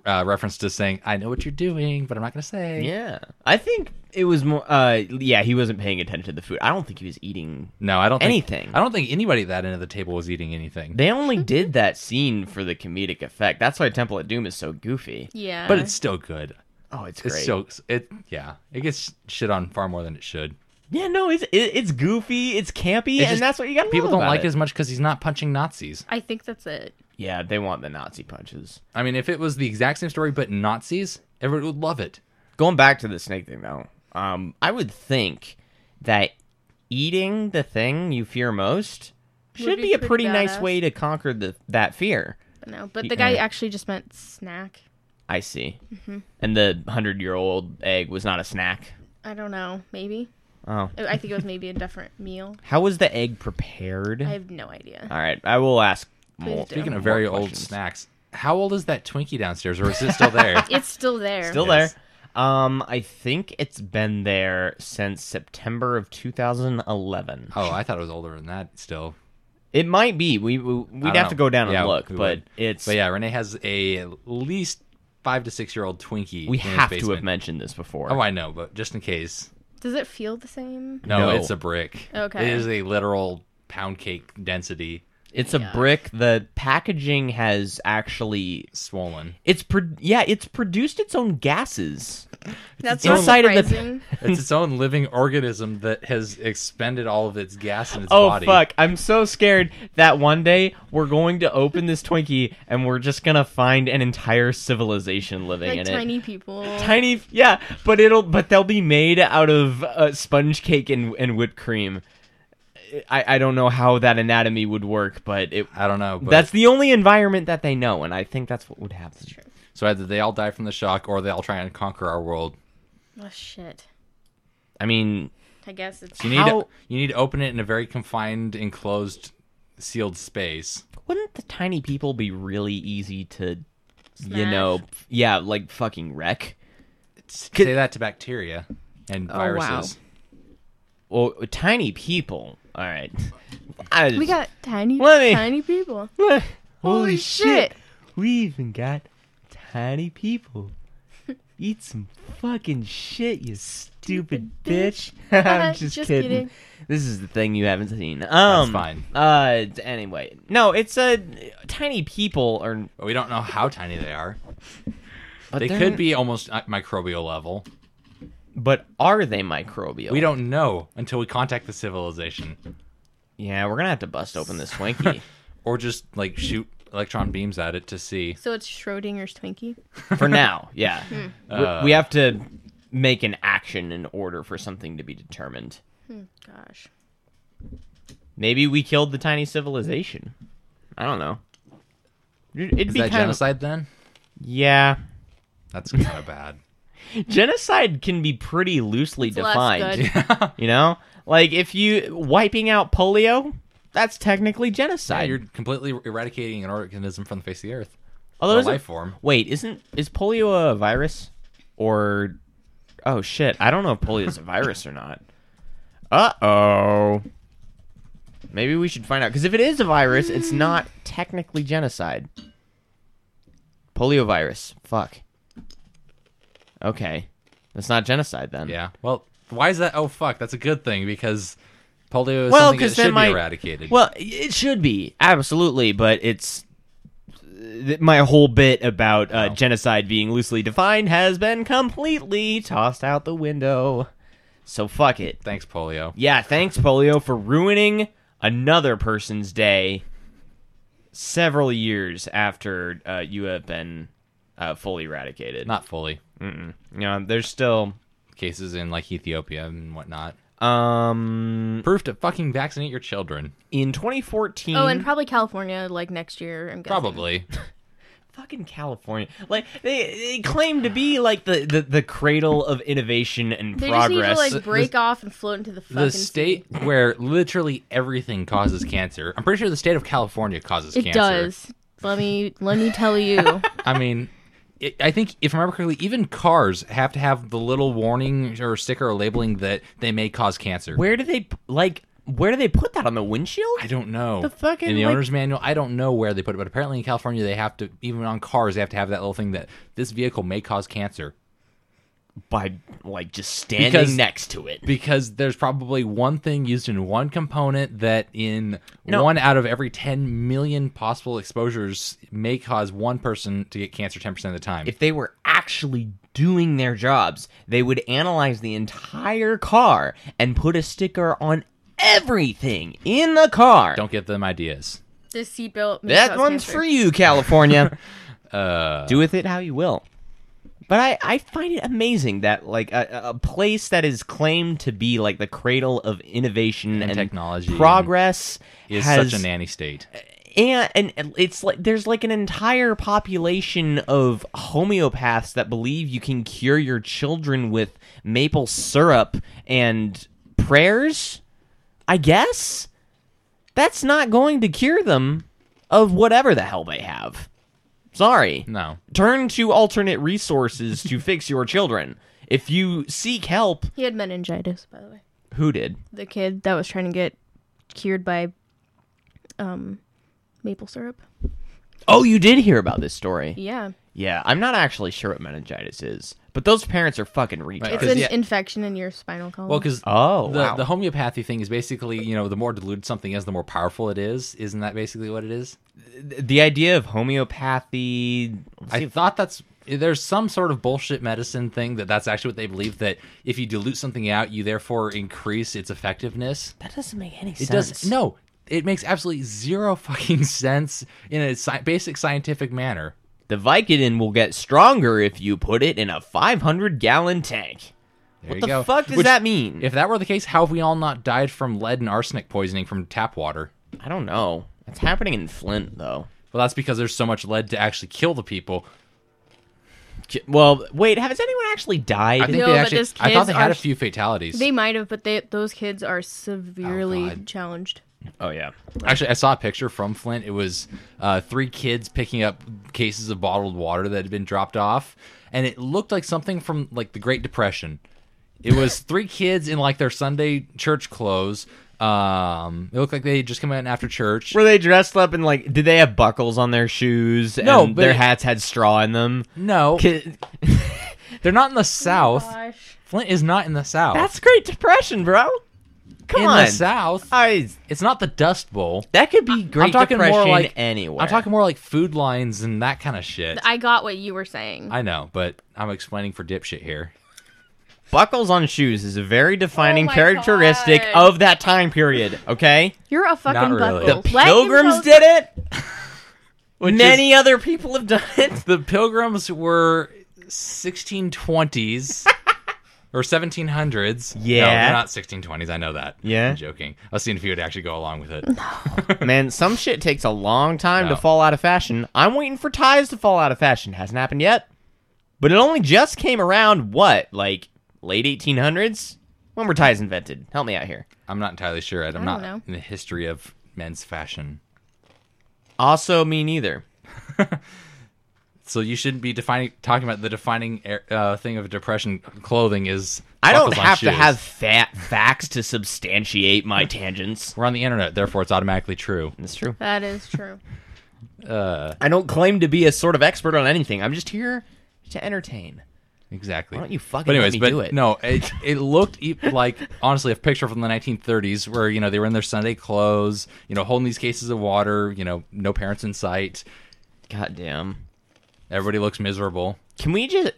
Speaker 3: uh, reference to saying, "I know what you're doing, but I'm not going to say."
Speaker 2: yeah, I think it was more. Uh, yeah, he wasn't paying attention to the food. I don't think he was eating.
Speaker 3: No, I don't think,
Speaker 2: Anything.
Speaker 3: I don't think anybody at that end of the table was eating anything.
Speaker 2: They only did that scene for the comedic effect. That's why Temple of Doom is so goofy.
Speaker 4: yeah,
Speaker 3: but it's still good.
Speaker 2: Oh, it's great.
Speaker 3: It's still it. Yeah, it gets shit on far more than it should.
Speaker 2: yeah, no, it's it, it's goofy, it's campy,
Speaker 3: It's
Speaker 2: and
Speaker 3: just-
Speaker 2: that's what you got.
Speaker 3: People don't like it
Speaker 2: it.
Speaker 3: as much because he's not punching Nazis.
Speaker 4: I think that's it.
Speaker 2: Yeah, they want the Nazi punches.
Speaker 3: I mean, if it was the exact same story but Nazis, everyone would love it.
Speaker 2: Going back to the snake thing though, um, I would think that eating the thing you fear most should
Speaker 4: be
Speaker 2: be, a
Speaker 4: pretty
Speaker 2: pretty nice
Speaker 4: badass.
Speaker 2: way to conquer the that fear.
Speaker 4: But no, but the guy
Speaker 2: Yeah.
Speaker 4: actually just meant snack.
Speaker 2: I see.
Speaker 4: Mm-hmm.
Speaker 2: And the hundred year old egg was not a snack.
Speaker 4: I don't know, maybe.
Speaker 2: Oh,
Speaker 4: I think it was maybe a
Speaker 2: [LAUGHS]
Speaker 4: different meal.
Speaker 2: how was the egg prepared?
Speaker 4: I have no idea.
Speaker 2: All right, I will ask. More.
Speaker 4: do.
Speaker 3: Speaking of
Speaker 2: More
Speaker 3: very old
Speaker 2: questions.
Speaker 3: snacks, how old is that Twinkie downstairs, or is it still there?
Speaker 4: It's still there.
Speaker 2: Still
Speaker 3: Yes.
Speaker 2: there. Um, I think it's been there since September of 2011.
Speaker 3: oh, I thought it was older than that. Still,
Speaker 2: It might be. We, we
Speaker 3: I
Speaker 2: we'd
Speaker 3: don't
Speaker 2: have to
Speaker 3: know.
Speaker 2: go down
Speaker 3: Yeah,
Speaker 2: and look,
Speaker 3: we
Speaker 2: but
Speaker 3: would.
Speaker 2: it's
Speaker 3: But yeah, Renee has a at least five to six year old Twinkie.
Speaker 2: we
Speaker 3: in his
Speaker 2: have to
Speaker 3: basement.
Speaker 2: have mentioned this before.
Speaker 3: Oh, I know, but just in case.
Speaker 4: Does it feel the same?
Speaker 3: No,
Speaker 2: No.
Speaker 3: it's a brick.
Speaker 4: Okay.
Speaker 3: It is a literal pound cake density
Speaker 2: It's a brick. The packaging has actually
Speaker 3: swollen.
Speaker 2: [LAUGHS] it's pro- yeah, it's produced its own gases.
Speaker 4: That's
Speaker 3: own
Speaker 4: not
Speaker 2: side of the-
Speaker 4: surprising.
Speaker 3: It's its own living organism that has expended all of its gas in its
Speaker 2: Oh
Speaker 3: body.
Speaker 2: fuck! I'm so scared that one day we're going to open this Twinkie and we're just gonna find an entire civilization living
Speaker 4: like
Speaker 2: in
Speaker 4: tiny
Speaker 2: it.
Speaker 4: people.
Speaker 2: [LAUGHS] Tiny, yeah, but it'll but they'll be made out of uh, sponge cake and and whipped cream. I I don't know how that anatomy would work, but it
Speaker 3: I don't know. But
Speaker 2: that's the only environment that they know, and I think that's what would happen.
Speaker 3: so either they all die from the shock, or they all try and conquer our world.
Speaker 4: oh shit.
Speaker 2: I mean,
Speaker 4: I guess it's
Speaker 3: You need
Speaker 2: How-
Speaker 3: to, you need to open it in a very confined, enclosed, sealed space.
Speaker 2: wouldn't the tiny people be really easy to, you
Speaker 4: Smash.
Speaker 2: know, f- yeah, like fucking wreck?
Speaker 3: Say that to bacteria and
Speaker 2: Oh, wow.
Speaker 3: viruses.
Speaker 2: Well, tiny people. All right. I
Speaker 4: we got tiny
Speaker 2: Let me-
Speaker 4: tiny people.
Speaker 2: [LAUGHS] Holy,
Speaker 4: Holy shit.
Speaker 2: We even got tiny people. [LAUGHS] Eat some fucking shit, you stupid bitch. [LAUGHS] I'm just,
Speaker 4: Just
Speaker 2: kidding.
Speaker 4: kidding.
Speaker 2: This is the thing you haven't seen. Um,
Speaker 3: fine.
Speaker 2: Uh, d- anyway, no, it's a tiny people are.
Speaker 3: But we don't know how tiny they are.
Speaker 2: But
Speaker 3: They
Speaker 2: they're-
Speaker 3: could be almost uh, microbial level.
Speaker 2: but are they microbial?
Speaker 3: We don't know until we contact the civilization,
Speaker 2: Yeah, we're gonna have to bust open [LAUGHS] this Twinkie.
Speaker 3: or just like shoot electron beams at it to see.
Speaker 4: So it's Schrodinger's Twinkie.
Speaker 2: for now yeah We- we have to make an action in order for something to be determined
Speaker 4: Gosh.
Speaker 2: maybe we killed the tiny civilization i don't know it'd
Speaker 3: Is
Speaker 2: be
Speaker 3: that
Speaker 2: kind of
Speaker 3: genocide then?
Speaker 2: yeah [LAUGHS]
Speaker 3: That's kind of bad.
Speaker 2: genocide can be pretty loosely
Speaker 4: less
Speaker 2: defined you know like if you wiping out polio that's technically
Speaker 3: Yeah,
Speaker 2: genocide
Speaker 3: you're completely er, eradicating an organism from the face of the earth.
Speaker 2: although
Speaker 3: a
Speaker 2: isn't-
Speaker 3: life form.
Speaker 2: wait isn't is polio a virus or oh shit i don't know if polio is a virus or not uh-oh maybe we should find out because if it is a virus it's not technically genocide poliovirus fuck okay that's not genocide then
Speaker 3: Yeah. Well, why is that? Oh fuck, that's a good thing because polio is
Speaker 2: well
Speaker 3: something that
Speaker 2: because
Speaker 3: should
Speaker 2: then
Speaker 3: be
Speaker 2: my
Speaker 3: eradicated.
Speaker 2: well it should be absolutely but it's th- my whole bit about uh, genocide being loosely defined has been completely tossed out the window so fuck it
Speaker 3: Thanks, polio.
Speaker 2: yeah thanks polio for ruining another person's day several years after uh, you have been uh, fully eradicated
Speaker 3: Not fully.
Speaker 2: you know there's still
Speaker 3: Cases in like Ethiopia and whatnot.
Speaker 2: um
Speaker 3: Proof to fucking vaccinate your children.
Speaker 2: in 2014
Speaker 4: Oh, and probably California like next year. I'm guessing.
Speaker 3: Probably.
Speaker 2: fucking California. Like they, they claim to be like the, the, the cradle of innovation and
Speaker 4: They just need to
Speaker 2: progress.
Speaker 4: like break off and float into the fucking
Speaker 3: the
Speaker 4: sea.
Speaker 3: state where literally everything causes cancer. I'm pretty sure the state of California causes
Speaker 4: It
Speaker 3: cancer.
Speaker 4: does. Let me let me tell
Speaker 2: [LAUGHS]
Speaker 4: you.
Speaker 3: I mean, it, I think if I remember correctly, even cars have to have the little warning or sticker or labeling that they may cause cancer.
Speaker 2: where do they like where do they put that on the windshield?
Speaker 3: I don't know.
Speaker 2: The fucking,
Speaker 3: in the
Speaker 2: like-
Speaker 3: owner's manual, I don't know where they put it, but apparently in California they have to even on cars they have to have that little thing that this vehicle may cause cancer
Speaker 2: By like just standing
Speaker 3: Because-
Speaker 2: next to it.
Speaker 3: because there's probably one thing used in one component that in
Speaker 2: No.
Speaker 3: one out of every 10 million possible exposures may cause one person to get cancer 10% of the time.
Speaker 2: If they were actually doing their jobs, they would analyze the entire car and put a sticker on everything in the car.
Speaker 3: don't give them ideas.
Speaker 4: This seatbelt. may
Speaker 2: That
Speaker 4: cause
Speaker 2: one's
Speaker 4: cancer.
Speaker 2: for you, [LAUGHS] California. Uh, Do with it how you will. But I, I find it amazing that like a, a place that is claimed to be like the cradle of innovation and,
Speaker 3: technology and
Speaker 2: progress
Speaker 3: Is
Speaker 2: has
Speaker 3: such a nanny state.
Speaker 2: and, and and it's like there's like an entire population of homeopaths that believe you can cure your children with maple syrup and prayers i guess that's not going to cure them of whatever the hell they have sorry
Speaker 3: No.
Speaker 2: turn to alternate resources [LAUGHS] to fix your children if you seek help
Speaker 4: He had meningitis, by the way.
Speaker 2: who did
Speaker 4: The kid that was trying to get cured by um maple syrup.
Speaker 2: oh you did hear about this story
Speaker 4: Yeah.
Speaker 3: Oh.
Speaker 2: Yeah, I'm not actually sure what meningitis is, but those parents are fucking retards.
Speaker 4: It's
Speaker 3: 'Cause
Speaker 4: an
Speaker 3: yeah-
Speaker 4: infection in your spinal column.
Speaker 3: Well, because
Speaker 2: Oh,
Speaker 3: the,
Speaker 2: wow.
Speaker 3: the homeopathy thing is basically, you know, the more diluted something is, the more powerful it is. Isn't that basically what it is?
Speaker 2: The idea of homeopathy.
Speaker 3: I thought that's there's some sort of bullshit medicine thing that that's actually what they believe that if you dilute something out, you therefore increase its effectiveness.
Speaker 2: That doesn't make any
Speaker 3: It
Speaker 2: sense.
Speaker 3: does no. It makes absolutely zero fucking [LAUGHS] sense in a sci- basic scientific manner.
Speaker 2: The Vicodin will get stronger if you put it in a 500 gallon tank.
Speaker 3: There
Speaker 2: What
Speaker 3: you
Speaker 2: the
Speaker 3: go.
Speaker 2: fuck does
Speaker 3: Which,
Speaker 2: that mean?
Speaker 3: If that were the case, how have we all not died from lead and arsenic poisoning from tap water?
Speaker 2: I don't know. It's happening in Flint though.
Speaker 3: Well, that's because there's so much lead to actually kill the people.
Speaker 2: J- Well, wait, has anyone actually died?
Speaker 3: I think
Speaker 4: No,
Speaker 3: they
Speaker 4: but
Speaker 3: actually.
Speaker 4: those
Speaker 3: I thought they
Speaker 4: kids
Speaker 3: had
Speaker 4: are-
Speaker 3: a few fatalities.
Speaker 4: They might have, but they, those kids are severely
Speaker 3: God.
Speaker 4: challenged.
Speaker 2: oh yeah.
Speaker 3: Actually, I saw a picture from Flint. It was uh, three kids picking up cases of bottled water that had been dropped off, and it looked like something from like the Great Depression.
Speaker 2: [LAUGHS]
Speaker 3: It was three kids in like their Sunday church clothes. Um, it looked like they had just come in after church.
Speaker 2: Were they dressed up in like? Did they have buckles on their shoes?
Speaker 3: No,
Speaker 2: and
Speaker 3: but-
Speaker 2: their hats had straw in them.
Speaker 3: No,
Speaker 2: Ki- Oh
Speaker 3: they're not in the South. Flint is not in the South.
Speaker 2: That's Great Depression, bro. Come
Speaker 3: in
Speaker 2: on, Uh,
Speaker 3: the South.
Speaker 2: I,
Speaker 3: It's not the Dust Bowl.
Speaker 2: that could be Great
Speaker 3: I'm talking
Speaker 2: Depression
Speaker 3: more like
Speaker 2: anywhere.
Speaker 3: I'm talking more like food lines and that kind of shit.
Speaker 4: I got what you were saying.
Speaker 3: I know, but I'm explaining for dipshit here.
Speaker 2: buckles on shoes is a very defining
Speaker 4: Oh my
Speaker 2: characteristic
Speaker 4: God.
Speaker 2: of that time period. Okay,
Speaker 4: You're a fucking
Speaker 3: Not really.
Speaker 4: buckle.
Speaker 2: the
Speaker 4: Let him
Speaker 2: Pilgrims
Speaker 4: go-
Speaker 2: did it. Many other people have done it.
Speaker 3: The Pilgrims were
Speaker 2: [LAUGHS]
Speaker 3: 1620s or 1700s. no,
Speaker 2: Yeah.
Speaker 3: they're not 1620s. I know that.
Speaker 2: Yeah.
Speaker 3: I'm joking. I was seeing if you would actually go along with
Speaker 2: [SIGHS]
Speaker 3: it.
Speaker 2: [LAUGHS] Man, some shit takes a long time to
Speaker 3: No.
Speaker 2: fall out of fashion. I'm waiting for ties to fall out of fashion. Hasn't happened yet. But it only just came around, what, like late 1800s? When were ties invented? Help me out here.
Speaker 3: I'm not entirely sure. Ed. I'm
Speaker 4: I
Speaker 3: not
Speaker 4: don't know.
Speaker 3: in the history of men's fashion,
Speaker 2: Also, me neither.
Speaker 3: so you shouldn't be defining talking about the defining er- uh, thing of depression. Clothing is
Speaker 2: I don't
Speaker 3: buckles on
Speaker 2: have to
Speaker 3: shoes.
Speaker 2: have fat facts to substantiate my tangents.
Speaker 3: We're on the internet, therefore it's automatically true.
Speaker 2: That's true.
Speaker 4: That is true.
Speaker 2: I don't claim to be a sort of expert on anything. I'm just here to entertain.
Speaker 3: Exactly.
Speaker 2: Why don't you fucking
Speaker 3: But anyways,
Speaker 2: let me
Speaker 3: but
Speaker 2: do it?
Speaker 3: no, it it looked e- like honestly a picture from the 1930s where you know they were in their Sunday clothes, you know, holding these cases of water, you know, no parents in sight.
Speaker 2: Goddamn.
Speaker 3: Everybody looks miserable.
Speaker 2: Can we just.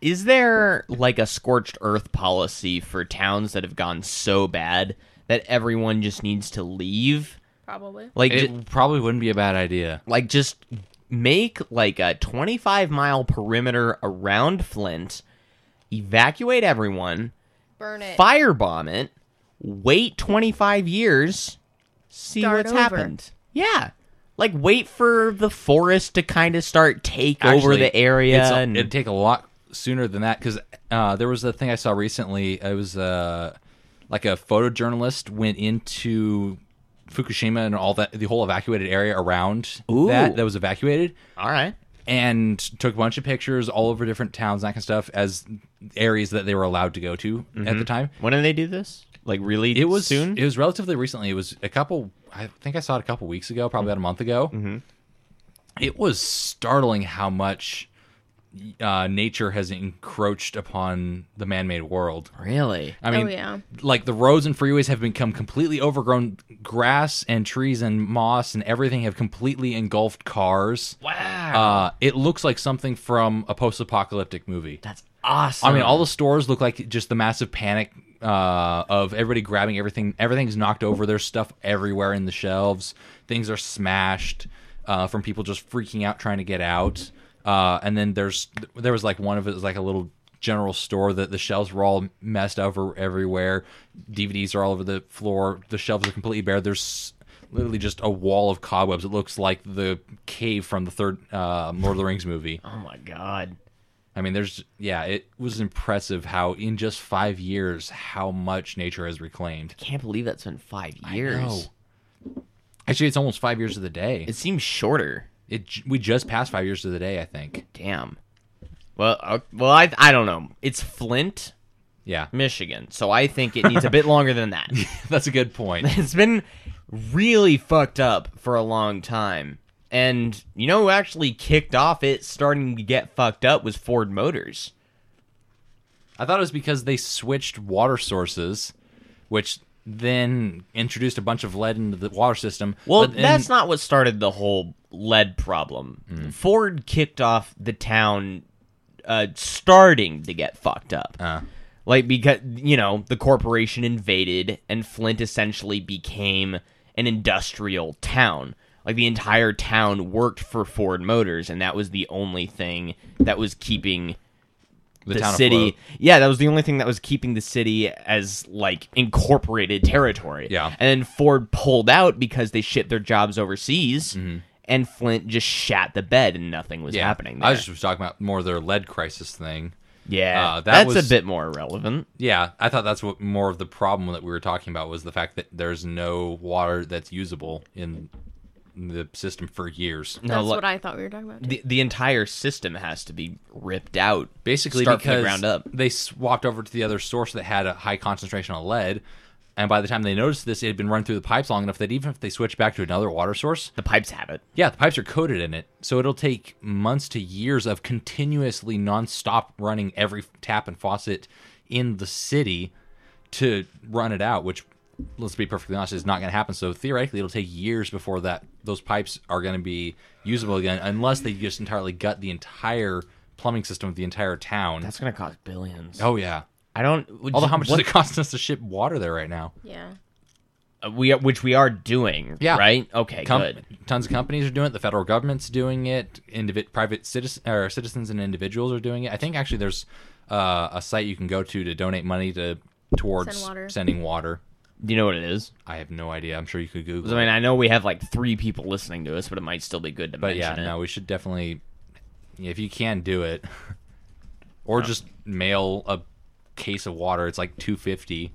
Speaker 2: Is there like a scorched earth policy for towns that have gone so bad that everyone just needs to leave?
Speaker 4: Probably.
Speaker 2: Like,
Speaker 3: It
Speaker 2: ju-
Speaker 3: probably wouldn't be a bad idea.
Speaker 2: like just make like a 25 mile perimeter around Flint, evacuate everyone,
Speaker 4: Burn it.
Speaker 2: firebomb it, wait 25 years, see
Speaker 4: Start
Speaker 2: what's
Speaker 4: over.
Speaker 2: happened. Yeah. Like wait for the forest to kind of start take over
Speaker 3: Actually,
Speaker 2: the area
Speaker 3: it's a-
Speaker 2: and
Speaker 3: it'd take a lot sooner than that because uh, there was a thing I saw recently. It was uh, like a photojournalist went into Fukushima and all that, the whole evacuated area around
Speaker 2: Ooh.
Speaker 3: that that was evacuated.
Speaker 2: all right.
Speaker 3: and took a bunch of pictures all over different towns that kind of stuff as areas that they were allowed to go to at the time.
Speaker 2: When did they do this? Like really
Speaker 3: It was
Speaker 2: soon?
Speaker 3: It was relatively recently. It was a couple. I think I saw it a couple weeks ago, probably about a month ago. Mm-hmm. It was startling how much uh, nature has encroached upon the man-made world.
Speaker 2: really?
Speaker 3: I mean,
Speaker 4: oh yeah.
Speaker 3: like the roads and freeways have become completely overgrown. Grass and trees and moss and everything have completely engulfed cars.
Speaker 2: Wow.
Speaker 3: Uh, it looks like something from a post-apocalyptic movie.
Speaker 2: That's awesome.
Speaker 3: I mean, all the stores look like just the massive panic uh, of everybody grabbing everything. Everything's knocked over. There's stuff everywhere in the shelves. Things are smashed uh, from people just freaking out trying to get out. Uh, and then there's there was like one of it was like a little general store that the shelves were all messed over everywhere. DVDs are all over the floor. The shelves are completely bare. There's literally just a wall of cobwebs. It looks like the cave from the third uh, Lord of the Rings movie.
Speaker 2: Oh my god.
Speaker 3: I mean, there's yeah, it was impressive how in just five years how much nature has reclaimed. Oh.
Speaker 2: Can't believe that's been 5 years.
Speaker 3: Actually, it's almost five years to the day.
Speaker 2: It seems shorter.
Speaker 3: it j- we just passed five years to the day, I think.
Speaker 2: Damn. Well, uh, well, I I don't know. It's Flint,
Speaker 3: Yeah, [LAUGHS]
Speaker 2: Michigan, so I think it needs a bit longer than that.
Speaker 3: that's a good point.
Speaker 2: [LAUGHS] It's been really fucked up for a long time, and you know who actually kicked off it starting to get fucked up was Ford Motors.
Speaker 3: I thought it was because they switched water sources, which then introduced a bunch of lead into the water system.
Speaker 2: Well,
Speaker 3: but then-
Speaker 2: that's not what started the whole lead problem.
Speaker 3: Hmm.
Speaker 2: Ford kicked off the town uh, starting to get fucked up.
Speaker 3: Uh.
Speaker 2: Like because you know the corporation invaded and Flint essentially became an industrial town. Like the entire town worked for Ford Motors, and that was the only thing that was keeping
Speaker 3: The,
Speaker 2: the
Speaker 3: town
Speaker 2: city.
Speaker 3: afloat.
Speaker 2: Yeah, that was the only thing that was keeping the city as like incorporated territory.
Speaker 3: Yeah.
Speaker 2: and then Ford pulled out because they shipped their jobs overseas, and Flint just shat the bed and nothing was
Speaker 3: Mm-hmm. Yeah.
Speaker 2: happening. There.
Speaker 3: I was just talking about more their lead crisis thing.
Speaker 2: yeah,
Speaker 3: uh, that
Speaker 2: that's
Speaker 3: was-
Speaker 2: a bit more relevant.
Speaker 3: Yeah, I thought that's what more of the problem that we were talking about was the fact that there's no water that's usable in the system for years.
Speaker 2: No,
Speaker 4: That's
Speaker 2: look-
Speaker 4: what I thought we were talking about. too.
Speaker 2: the, the entire system has to be ripped out
Speaker 3: Basically,
Speaker 2: start from
Speaker 3: because
Speaker 2: the ground up
Speaker 3: they swapped over to the other source that had a high concentration of lead, and by the time they noticed this, it had been run through the pipes long enough that even if they switched back to another water source,
Speaker 2: the pipes have it
Speaker 3: yeah, the pipes are coated in it, so it'll take months to years of continuously nonstop running every tap and faucet in the city to run it out, which let's be perfectly honest is not going to happen. So theoretically, it'll take years before that those pipes are going to be usable again, unless they just entirely gut the entire plumbing system of the entire town.
Speaker 2: that's gonna cost billions
Speaker 3: oh yeah.
Speaker 2: i don't
Speaker 3: Although how much
Speaker 2: what-
Speaker 3: does it cost us to ship water there right now?
Speaker 4: Yeah.
Speaker 2: uh, we are- which we are doing
Speaker 3: Yeah.
Speaker 2: right okay
Speaker 3: Com-
Speaker 2: good
Speaker 3: Tons of companies are doing it. The federal government's doing it. Individ- private citizen or citizens and individuals are doing it. I think actually there's uh, a site you can go to to donate money to towards
Speaker 4: Send water.
Speaker 3: sending water.
Speaker 2: do you know what it is
Speaker 3: I have no idea. I'm sure you could
Speaker 2: 'Cause,
Speaker 3: Google.
Speaker 2: i mean
Speaker 3: it.
Speaker 2: i know we have like three people listening to us but it might still be good to
Speaker 3: but yeah,
Speaker 2: mention it
Speaker 3: no, we should definitely if you can do it, [LAUGHS] or just mail a case of water. It's like two fifty,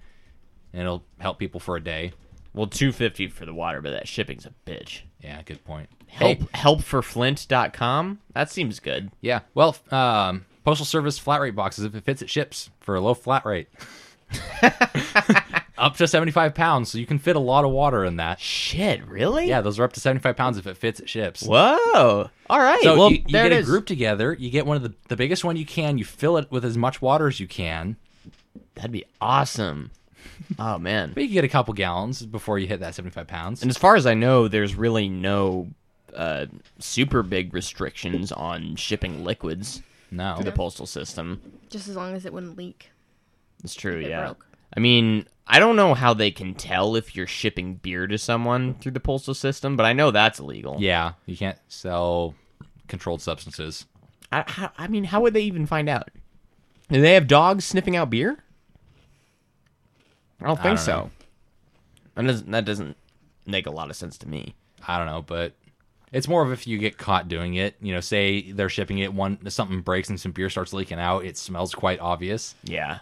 Speaker 3: and it'll help people for a day.
Speaker 2: well 250 for the water but that shipping's a bitch
Speaker 3: Yeah, good point.
Speaker 2: help
Speaker 3: Hey,
Speaker 2: helpforflint.com that seems good
Speaker 3: yeah. Well, f- um, postal service flat rate boxes. If it fits, it ships for a low
Speaker 2: [LAUGHS]
Speaker 3: flat rate. up to seventy five pounds, so you can fit a lot of water in that.
Speaker 2: shit really
Speaker 3: Yeah, those are up to seventy five pounds. If it fits, it ships.
Speaker 2: whoa all right
Speaker 3: So
Speaker 2: well
Speaker 3: you, you
Speaker 2: there
Speaker 3: get
Speaker 2: it
Speaker 3: a
Speaker 2: is.
Speaker 3: group together. You get one of the the biggest one you can. You fill it with as much water as you can.
Speaker 2: that'd be awesome oh man
Speaker 3: But you can get a couple gallons before you hit that 75 pounds.
Speaker 2: And as far as I know, there's really no uh, super big restrictions on shipping liquids
Speaker 3: no.
Speaker 2: through the postal system.
Speaker 4: Just as long as it wouldn't leak.
Speaker 2: It's true,
Speaker 4: It
Speaker 2: yeah.
Speaker 4: broke.
Speaker 2: I mean, I don't know how they can tell if you're shipping beer to someone through the postal system, but I know that's illegal.
Speaker 3: Yeah, you can't sell controlled substances.
Speaker 2: I, how, I mean, how would they even find out? Do they have dogs sniffing out beer? I don't think
Speaker 3: don't
Speaker 2: so.
Speaker 3: know.
Speaker 2: That doesn't, that doesn't make a lot of sense to me.
Speaker 3: I don't know, but it's more of if you get caught doing it. You know, say they're shipping it, one something breaks and some beer starts leaking out. It smells quite obvious.
Speaker 2: Yeah.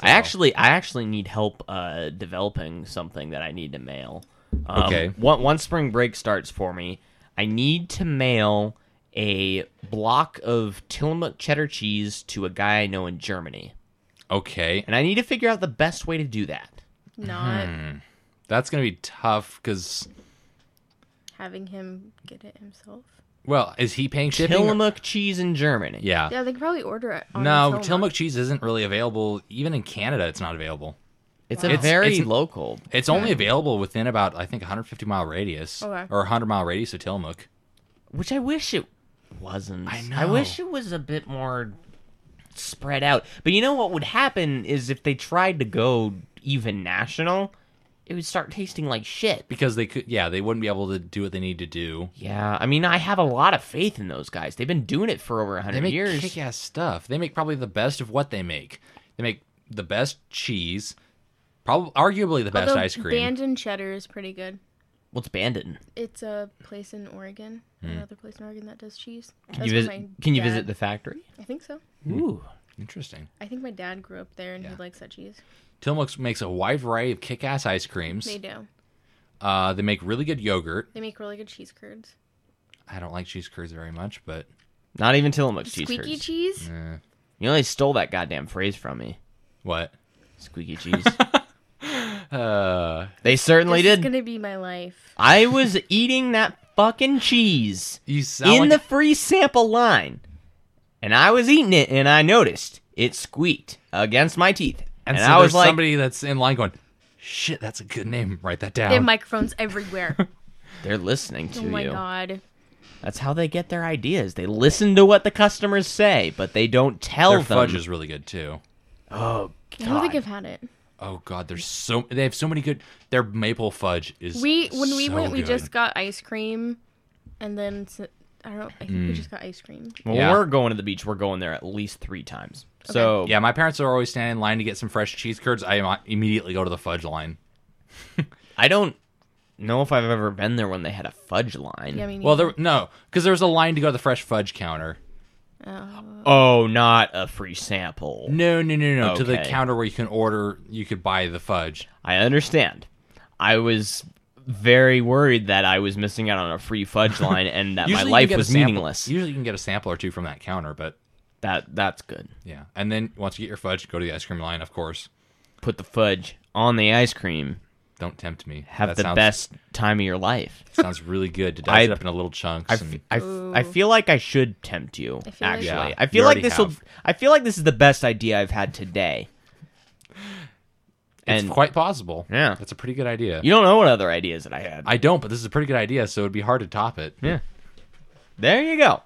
Speaker 2: I actually I actually need help uh, developing something that I need to mail. Um,
Speaker 3: Okay.
Speaker 2: One, once spring break starts for me, I need to mail a block of Tillamook cheddar cheese to a guy I know in Germany,
Speaker 3: Okay,
Speaker 2: and I need to figure out the best way to do that.
Speaker 4: Not
Speaker 3: Hmm. that's gonna be tough because
Speaker 4: having him get it himself.
Speaker 3: well, is he paying shipping?
Speaker 2: Tillamook cheese in Germany.
Speaker 3: Yeah.
Speaker 4: Yeah, they could probably order it on
Speaker 3: No,
Speaker 4: Tillamook.
Speaker 3: Tillamook cheese isn't really available. Even in Canada, it's not available.
Speaker 2: It's a
Speaker 3: It's-
Speaker 2: very
Speaker 3: it's-
Speaker 2: local.
Speaker 3: It's only available within about I think 150 mile radius
Speaker 4: Okay.
Speaker 3: or 100 mile radius of Tillamook.
Speaker 2: which I wish it wasn't.
Speaker 3: I
Speaker 2: I
Speaker 3: know.
Speaker 2: wish it was a bit more spread out. But you know what would happen is if they tried to go even national, it would start tasting like shit.
Speaker 3: because they could yeah they wouldn't be able to do what they need to do
Speaker 2: Yeah, I mean, I have a lot of faith in those guys. They've been doing it for over a
Speaker 3: they
Speaker 2: 100
Speaker 3: make
Speaker 2: years.
Speaker 3: kick-ass stuff they make probably the best of what they make they make the best cheese probably arguably the best
Speaker 4: Although
Speaker 3: ice cream
Speaker 4: Bandon cheddar is pretty good.
Speaker 2: What's Bandon?
Speaker 4: It's a place in Oregon, another place in Oregon that does cheese.
Speaker 2: Hmm. Can
Speaker 4: That's
Speaker 2: you
Speaker 4: what
Speaker 2: visit,
Speaker 4: my
Speaker 2: can you
Speaker 4: dad-
Speaker 2: visit the factory?
Speaker 4: I think so.
Speaker 2: Ooh.
Speaker 3: Hmm. interesting
Speaker 4: I think my dad grew up there and
Speaker 3: Yeah.
Speaker 4: he likes that cheese.
Speaker 3: tillamook makes a wide variety of kick-ass ice creams
Speaker 4: They do.
Speaker 3: uh, they make really good yogurt
Speaker 4: They make really good cheese curds.
Speaker 3: i don't like cheese curds very much but
Speaker 2: Not even Tillamook cheese
Speaker 4: Squeaky
Speaker 2: curds.
Speaker 4: cheese?
Speaker 3: eh,
Speaker 2: you know, they stole that goddamn phrase from me.
Speaker 3: what
Speaker 2: Squeaky [LAUGHS] cheese.
Speaker 3: uh,
Speaker 2: they certainly
Speaker 4: this
Speaker 2: did.
Speaker 4: is gonna be my life.
Speaker 2: I was eating that fucking cheese.
Speaker 3: you sound
Speaker 2: in
Speaker 3: like
Speaker 2: the free sample line. And I was eating it and I noticed it squeaked against my teeth.
Speaker 3: and,
Speaker 2: And,
Speaker 3: so
Speaker 2: I was
Speaker 3: there's
Speaker 2: like,
Speaker 3: somebody that's in line going shit that's a good name write that
Speaker 4: They have
Speaker 2: [LAUGHS]
Speaker 3: down
Speaker 4: microphones everywhere.
Speaker 2: they're listening to
Speaker 4: oh my
Speaker 2: you.
Speaker 4: god.
Speaker 2: That's how they get their ideas. They listen to what the customers say, but they don't tell
Speaker 3: Their
Speaker 2: them.
Speaker 3: fudge is really good too.
Speaker 2: Oh
Speaker 4: I don't think
Speaker 2: god.
Speaker 4: I've had it.
Speaker 3: Oh god, there's so they have so many good. Their maple fudge is
Speaker 4: We when we
Speaker 3: so
Speaker 4: went, we
Speaker 3: good.
Speaker 4: just got ice cream, and then s- I don't. know, I think we
Speaker 2: Hmm.
Speaker 4: just got ice cream.
Speaker 2: When
Speaker 3: Yeah.
Speaker 2: we're going to the beach, we're going there at least three times. So
Speaker 3: Yeah, my parents are always standing in line to get some fresh cheese curds. I im- immediately go to the fudge line.
Speaker 2: I don't know if I've ever been there when they had a fudge line.
Speaker 4: Yeah, I mean,
Speaker 3: Well, there no, because there was a line to go to the fresh fudge counter.
Speaker 2: oh, not a free sample.
Speaker 3: No, no, no, no, to the
Speaker 2: Okay.
Speaker 3: counter where you can order, you could buy the fudge.
Speaker 2: I understand. I was very worried that I was missing out on a free [LAUGHS] fudge line and that my
Speaker 3: you can
Speaker 2: life
Speaker 3: get a
Speaker 2: was
Speaker 3: sample-
Speaker 2: meaningless.
Speaker 3: Usually, you can get a sample or two from that counter, but
Speaker 2: That that's good.
Speaker 3: yeah. And then once you get your fudge, go to the ice cream line, of course.
Speaker 2: Put the fudge on the ice cream.
Speaker 3: Don't tempt me.
Speaker 2: Have
Speaker 3: That
Speaker 2: the
Speaker 3: sounds,
Speaker 2: best time of your life.
Speaker 3: [LAUGHS] Sounds really good to dice it
Speaker 2: I-
Speaker 3: up into little chunks.
Speaker 2: I, f-
Speaker 3: and-
Speaker 2: I, f- I feel like I should tempt you.
Speaker 4: feel like-
Speaker 2: actually,
Speaker 3: Yeah,
Speaker 2: I
Speaker 3: you
Speaker 2: feel like
Speaker 3: already
Speaker 2: this will.
Speaker 3: have.
Speaker 2: I feel like this is the best idea I've had today.
Speaker 3: it's
Speaker 2: and-
Speaker 3: quite possible.
Speaker 2: Yeah.
Speaker 3: that's a pretty good idea.
Speaker 2: You don't know what other ideas that I had.
Speaker 3: I don't, but this is a pretty good idea, so it'd be hard to top it.
Speaker 2: yeah. There you go.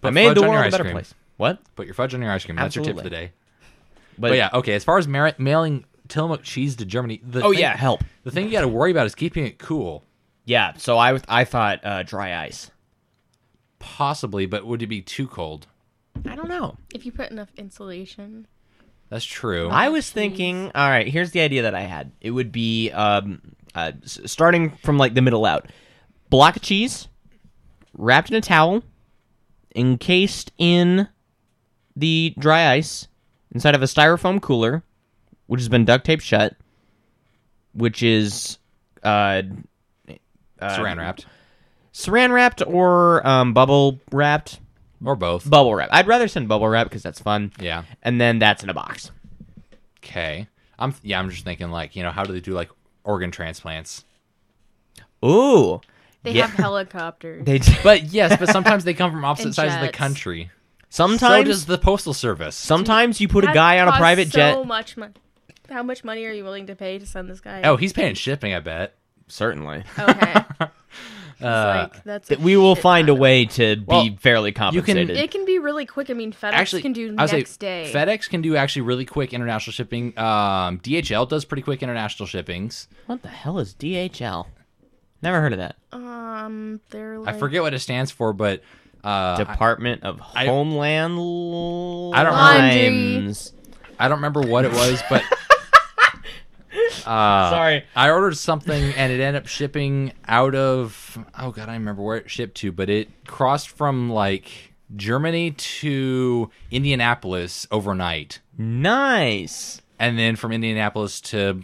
Speaker 3: Put
Speaker 2: I made
Speaker 3: fudge
Speaker 2: the
Speaker 3: on your
Speaker 2: world a
Speaker 3: ice
Speaker 2: better
Speaker 3: cream.
Speaker 2: place. What?
Speaker 3: Put your fudge on your ice cream. That's your tip of
Speaker 2: Absolutely.
Speaker 3: the day. But yeah, okay. As far as mar- mailing Tillamook cheese to Germany, the
Speaker 2: Oh
Speaker 3: thing-
Speaker 2: yeah, help.
Speaker 3: The thing you got to worry about is keeping it cool,
Speaker 2: Yeah. So I was. I thought uh, dry ice.
Speaker 3: possibly, but would it be too cold?
Speaker 2: I don't know.
Speaker 4: if you put enough insulation,
Speaker 3: That's true.
Speaker 2: I was thinking, all right, here's the idea that I had. It would be um, uh, s- starting from like the middle out. Block of cheese, wrapped in a towel, encased in the dry ice, inside of a styrofoam cooler, which has been duct taped shut, which is uh,
Speaker 3: Saran wrapped
Speaker 2: saran wrapped or um, bubble wrapped.
Speaker 3: or both.
Speaker 2: Bubble wrap. I'd rather send bubble wrap because that's fun.
Speaker 3: Yeah.
Speaker 2: And then that's in a box.
Speaker 3: Okay. I'm yeah. I'm just thinking like you know how do they do like organ transplants?
Speaker 2: Ooh.
Speaker 4: they
Speaker 2: Yeah. [LAUGHS]
Speaker 4: have helicopters.
Speaker 2: They d-
Speaker 3: But yes, but sometimes they come
Speaker 4: [LAUGHS]
Speaker 3: from opposite
Speaker 4: And
Speaker 3: sides of the
Speaker 4: jets.
Speaker 3: country. So
Speaker 2: Sometimes,
Speaker 3: does the postal service.
Speaker 2: sometimes you put a
Speaker 4: That
Speaker 2: guy on a
Speaker 4: costs
Speaker 2: private jet.
Speaker 4: So much money. How much money are you willing to pay to send this guy?
Speaker 3: oh, he's paying shipping. I bet.
Speaker 2: [LAUGHS] Certainly,
Speaker 4: okay. It's like, that's a
Speaker 2: Uh, we will
Speaker 4: shit
Speaker 2: find a
Speaker 4: ton of-
Speaker 2: way to
Speaker 3: Well,
Speaker 2: be fairly compensated.
Speaker 4: It can be really quick. I mean, FedEx
Speaker 3: Actually,
Speaker 4: can do
Speaker 3: I would
Speaker 4: next
Speaker 3: say
Speaker 4: day.
Speaker 3: FedEx can do actually really quick international shipping. Um, DHL does pretty quick international shippings.
Speaker 2: what the hell is DHL? Never heard of that.
Speaker 4: um, they're
Speaker 3: I
Speaker 4: like
Speaker 3: forget what it stands for, but uh,
Speaker 2: Department of
Speaker 3: I-
Speaker 2: Homeland L-
Speaker 3: I don't
Speaker 4: remember.
Speaker 2: Limes.
Speaker 3: I don't remember what it was, but
Speaker 2: Sorry,
Speaker 3: I ordered something and it ended up shipping out of oh god, I remember where it shipped to, but it crossed from like Germany to Indianapolis overnight,
Speaker 2: nice.
Speaker 3: and then from Indianapolis to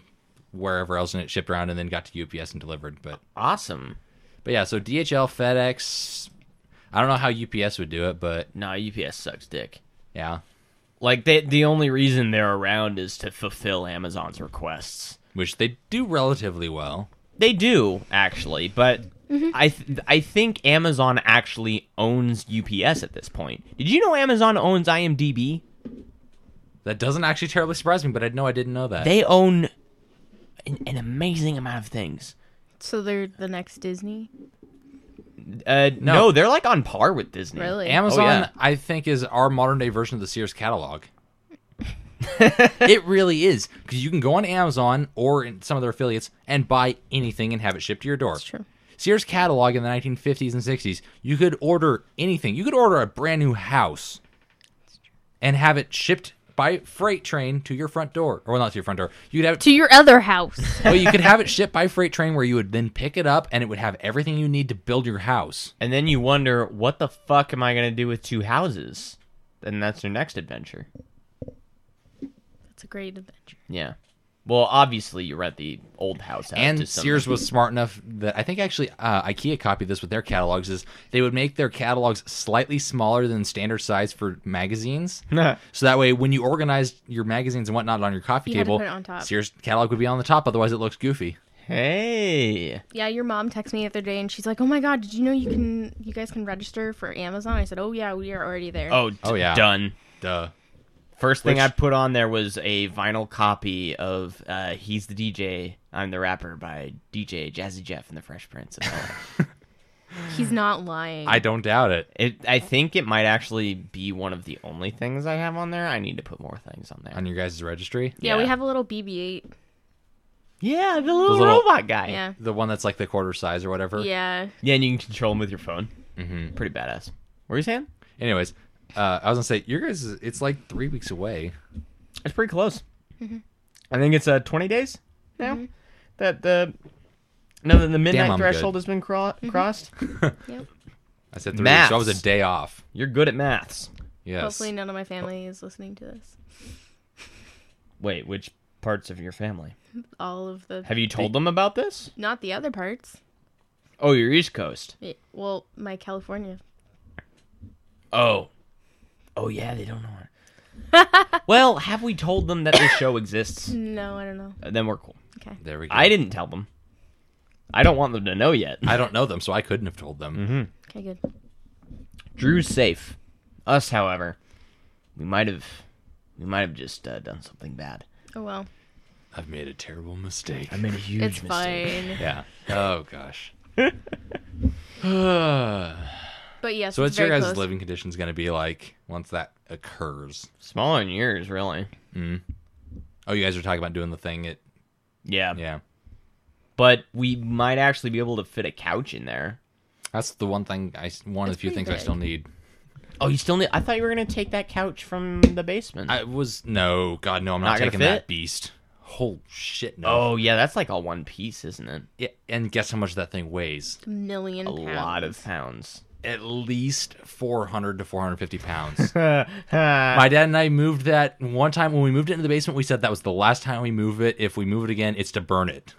Speaker 3: wherever else, and it shipped around, and then got to UPS and delivered. But
Speaker 2: Awesome.
Speaker 3: but yeah, so DHL, FedEx. I don't know how UPS would do it, but
Speaker 2: No, UPS sucks dick.
Speaker 3: yeah,
Speaker 2: Like they, the only reason they're around is to fulfill Amazon's requests.
Speaker 3: which they do relatively well.
Speaker 2: They do actually, but I th- I think Amazon actually owns UPS at this point. Did you know Amazon owns IMDb?
Speaker 3: That doesn't actually terribly surprise me, but I know I didn't know that.
Speaker 2: They own an, an amazing amount of things.
Speaker 4: so they're the next Disney.
Speaker 2: Uh, no.
Speaker 3: No.
Speaker 2: they're like on par with Disney.
Speaker 4: Really?
Speaker 3: Amazon,
Speaker 2: Oh, yeah.
Speaker 3: I think, is our modern day version of the Sears catalog. it really is because you can go on Amazon or in some of their affiliates and buy anything and have it shipped to your door. That's
Speaker 4: true.
Speaker 3: Sears catalog in the 1950s and 60s, you could order anything. You could order a brand new house and have it shipped by freight train to your front door, or not to your front door. You could have it.
Speaker 4: To your other house. [LAUGHS]
Speaker 3: well, you could have it shipped by freight train where you would then pick it up and it would have everything you need to build your house.
Speaker 2: And then you wonder what the fuck am I gonna do with two houses? And that's your next adventure.
Speaker 4: That's a great adventure.
Speaker 2: Yeah. Well, obviously you rent the old house out. to
Speaker 3: and
Speaker 2: someone. [LAUGHS]
Speaker 3: Sears was smart enough that I think actually uh, IKEA copied this with their catalogs is they would make their catalogs slightly smaller than standard size for magazines.
Speaker 2: [LAUGHS]
Speaker 3: so that way, when you organized your magazines and whatnot on your coffee
Speaker 4: You had to
Speaker 3: table,
Speaker 4: put it on top.
Speaker 3: Sears catalog would be on the top. Otherwise, it looks goofy.
Speaker 2: hey.
Speaker 4: Yeah, your mom texted me the other day and she's like, "Oh my god, did you know you can you guys can register for Amazon?" I said, "Oh yeah, we are already there."
Speaker 2: Oh. d-
Speaker 3: Oh, yeah.
Speaker 2: Done.
Speaker 3: Duh.
Speaker 2: First thing
Speaker 3: Which-
Speaker 2: I put on there was a vinyl copy of uh, "He's the DJ, I'm the Rapper" by DJ Jazzy Jeff and the Fresh Prince. of Bel-Air.
Speaker 4: He's not lying.
Speaker 3: I don't doubt it.
Speaker 2: It, I think it might actually be one of the only things I have on there. I need to put more things on there.
Speaker 3: On your guys' registry,
Speaker 4: yeah, we
Speaker 2: yeah.
Speaker 4: have a little BB-8.
Speaker 2: yeah, the little,
Speaker 3: little-
Speaker 2: robot guy.
Speaker 4: Yeah,
Speaker 3: the one that's like the quarter size or whatever.
Speaker 4: yeah.
Speaker 2: Yeah, and you can control him with your phone. Mm-hmm. Pretty badass. What are you saying?
Speaker 3: Anyways, uh, I was gonna say your guys. is- It's like three weeks away.
Speaker 2: It's pretty close. I think it's uh, 20 days now that the no that the midnight
Speaker 3: I'm
Speaker 2: threshold
Speaker 3: good.
Speaker 2: has been cro- crossed.
Speaker 3: I said three.
Speaker 2: Maths.
Speaker 3: Weeks, so I was a day off.
Speaker 2: You're good at maths.
Speaker 3: Yes.
Speaker 4: Hopefully, none of my family is listening to this.
Speaker 2: Wait, which parts of your family
Speaker 4: All of the
Speaker 2: have you told them about this?
Speaker 4: not the other parts.
Speaker 2: Oh, you're East Coast.
Speaker 4: It- well, my California.
Speaker 2: Oh, oh yeah, they don't know. it. [LAUGHS] well, have we told them that this show
Speaker 4: [LAUGHS]
Speaker 2: exists?
Speaker 4: No, I don't know.
Speaker 2: Uh, then we're cool.
Speaker 4: Okay.
Speaker 3: There we go.
Speaker 2: I didn't tell them. I don't want them to know yet.
Speaker 3: I don't know them, so I couldn't have told them.
Speaker 2: Mm-hmm.
Speaker 4: Okay, good.
Speaker 2: Drew's safe. Us, however, we might have, we might have just uh, done something bad.
Speaker 4: Oh well,
Speaker 3: I've made a terrible mistake.
Speaker 2: I made a huge
Speaker 4: it's
Speaker 2: mistake.
Speaker 4: fine.
Speaker 3: yeah. Oh gosh. so
Speaker 4: But yes, it's
Speaker 3: what's your
Speaker 4: very
Speaker 3: guys'
Speaker 4: close.
Speaker 3: living conditions going to be like once that occurs?
Speaker 2: Smaller than yours, really.
Speaker 3: Oh, you guys are talking about doing the thing. It.
Speaker 2: Yeah.
Speaker 3: Yeah.
Speaker 2: But we might actually be able to fit a couch in there.
Speaker 3: That's the one thing I s- one of the
Speaker 4: It's
Speaker 3: few
Speaker 4: pretty
Speaker 3: things I still need.
Speaker 2: Oh, you still need. I thought you were going to take that couch from the basement.
Speaker 3: I was no, God, no, I'm not,
Speaker 2: Not gonna
Speaker 3: taking that
Speaker 2: fit?
Speaker 3: beast. Holy shit, no.
Speaker 2: oh, yeah, that's like all one piece, isn't it?
Speaker 3: Yeah, and guess how much that thing weighs?
Speaker 4: A million.
Speaker 2: A
Speaker 4: pounds.
Speaker 2: lot of pounds.
Speaker 3: At least 400 to 450 [LAUGHS] pounds.
Speaker 2: My-
Speaker 3: My dad and I moved that one time when we moved it into the basement. We said that was the last time we move it. If we move it again, it's to burn [LAUGHS] it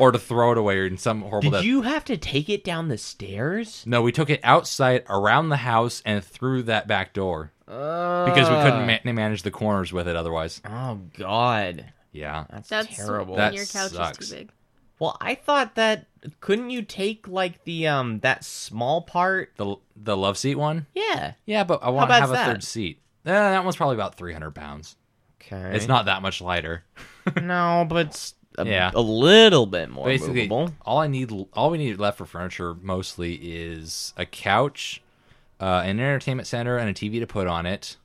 Speaker 3: or to throw it away or in some horrible.
Speaker 2: Did
Speaker 3: death.
Speaker 2: you have to take it down the stairs?
Speaker 3: No, we took it outside around the house and through that back door because we couldn't ma- manage the corners with it otherwise.
Speaker 2: Oh, God.
Speaker 3: Yeah,
Speaker 2: That's,
Speaker 4: That's
Speaker 2: terrible.
Speaker 4: When
Speaker 3: That
Speaker 4: your couch
Speaker 3: sucks.
Speaker 4: is too big.
Speaker 2: well, I thought that. Couldn't you take, like, the, um, that small part?
Speaker 3: the the love seat one.
Speaker 2: Yeah.
Speaker 3: Yeah, but I want to
Speaker 2: bad's
Speaker 3: have a
Speaker 2: that?
Speaker 3: third seat. Eh, that one's probably about 300 pounds.
Speaker 2: Okay.
Speaker 3: It's not that much lighter.
Speaker 2: No, but it's a,
Speaker 3: Yeah.
Speaker 2: a little bit more
Speaker 3: Basically,
Speaker 2: movable.
Speaker 3: all I need, all we need left for furniture mostly is a couch, uh, an entertainment center, and a TV to put
Speaker 2: [LAUGHS]
Speaker 3: on it.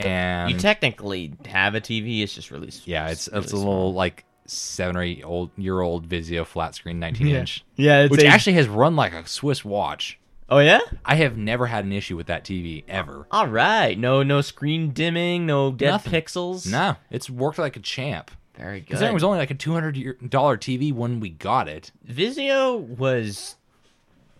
Speaker 3: And
Speaker 2: You technically have a TV. It's just really s-
Speaker 3: um, yeah, it's
Speaker 2: really
Speaker 3: it's a little like seven or eight old year old Vizio flat screen 19 inch.
Speaker 2: Yeah, it's
Speaker 3: which
Speaker 2: a-
Speaker 3: actually has run like a Swiss watch.
Speaker 2: Oh yeah.
Speaker 3: I have never had an issue with that TV ever.
Speaker 2: All right. No, no screen dimming. No dead
Speaker 3: Nothing.
Speaker 2: pixels.
Speaker 3: No, it's worked like a champ.
Speaker 2: Very good.
Speaker 3: Considering it was only like a two hundred dollar TV when we got it.
Speaker 2: Vizio was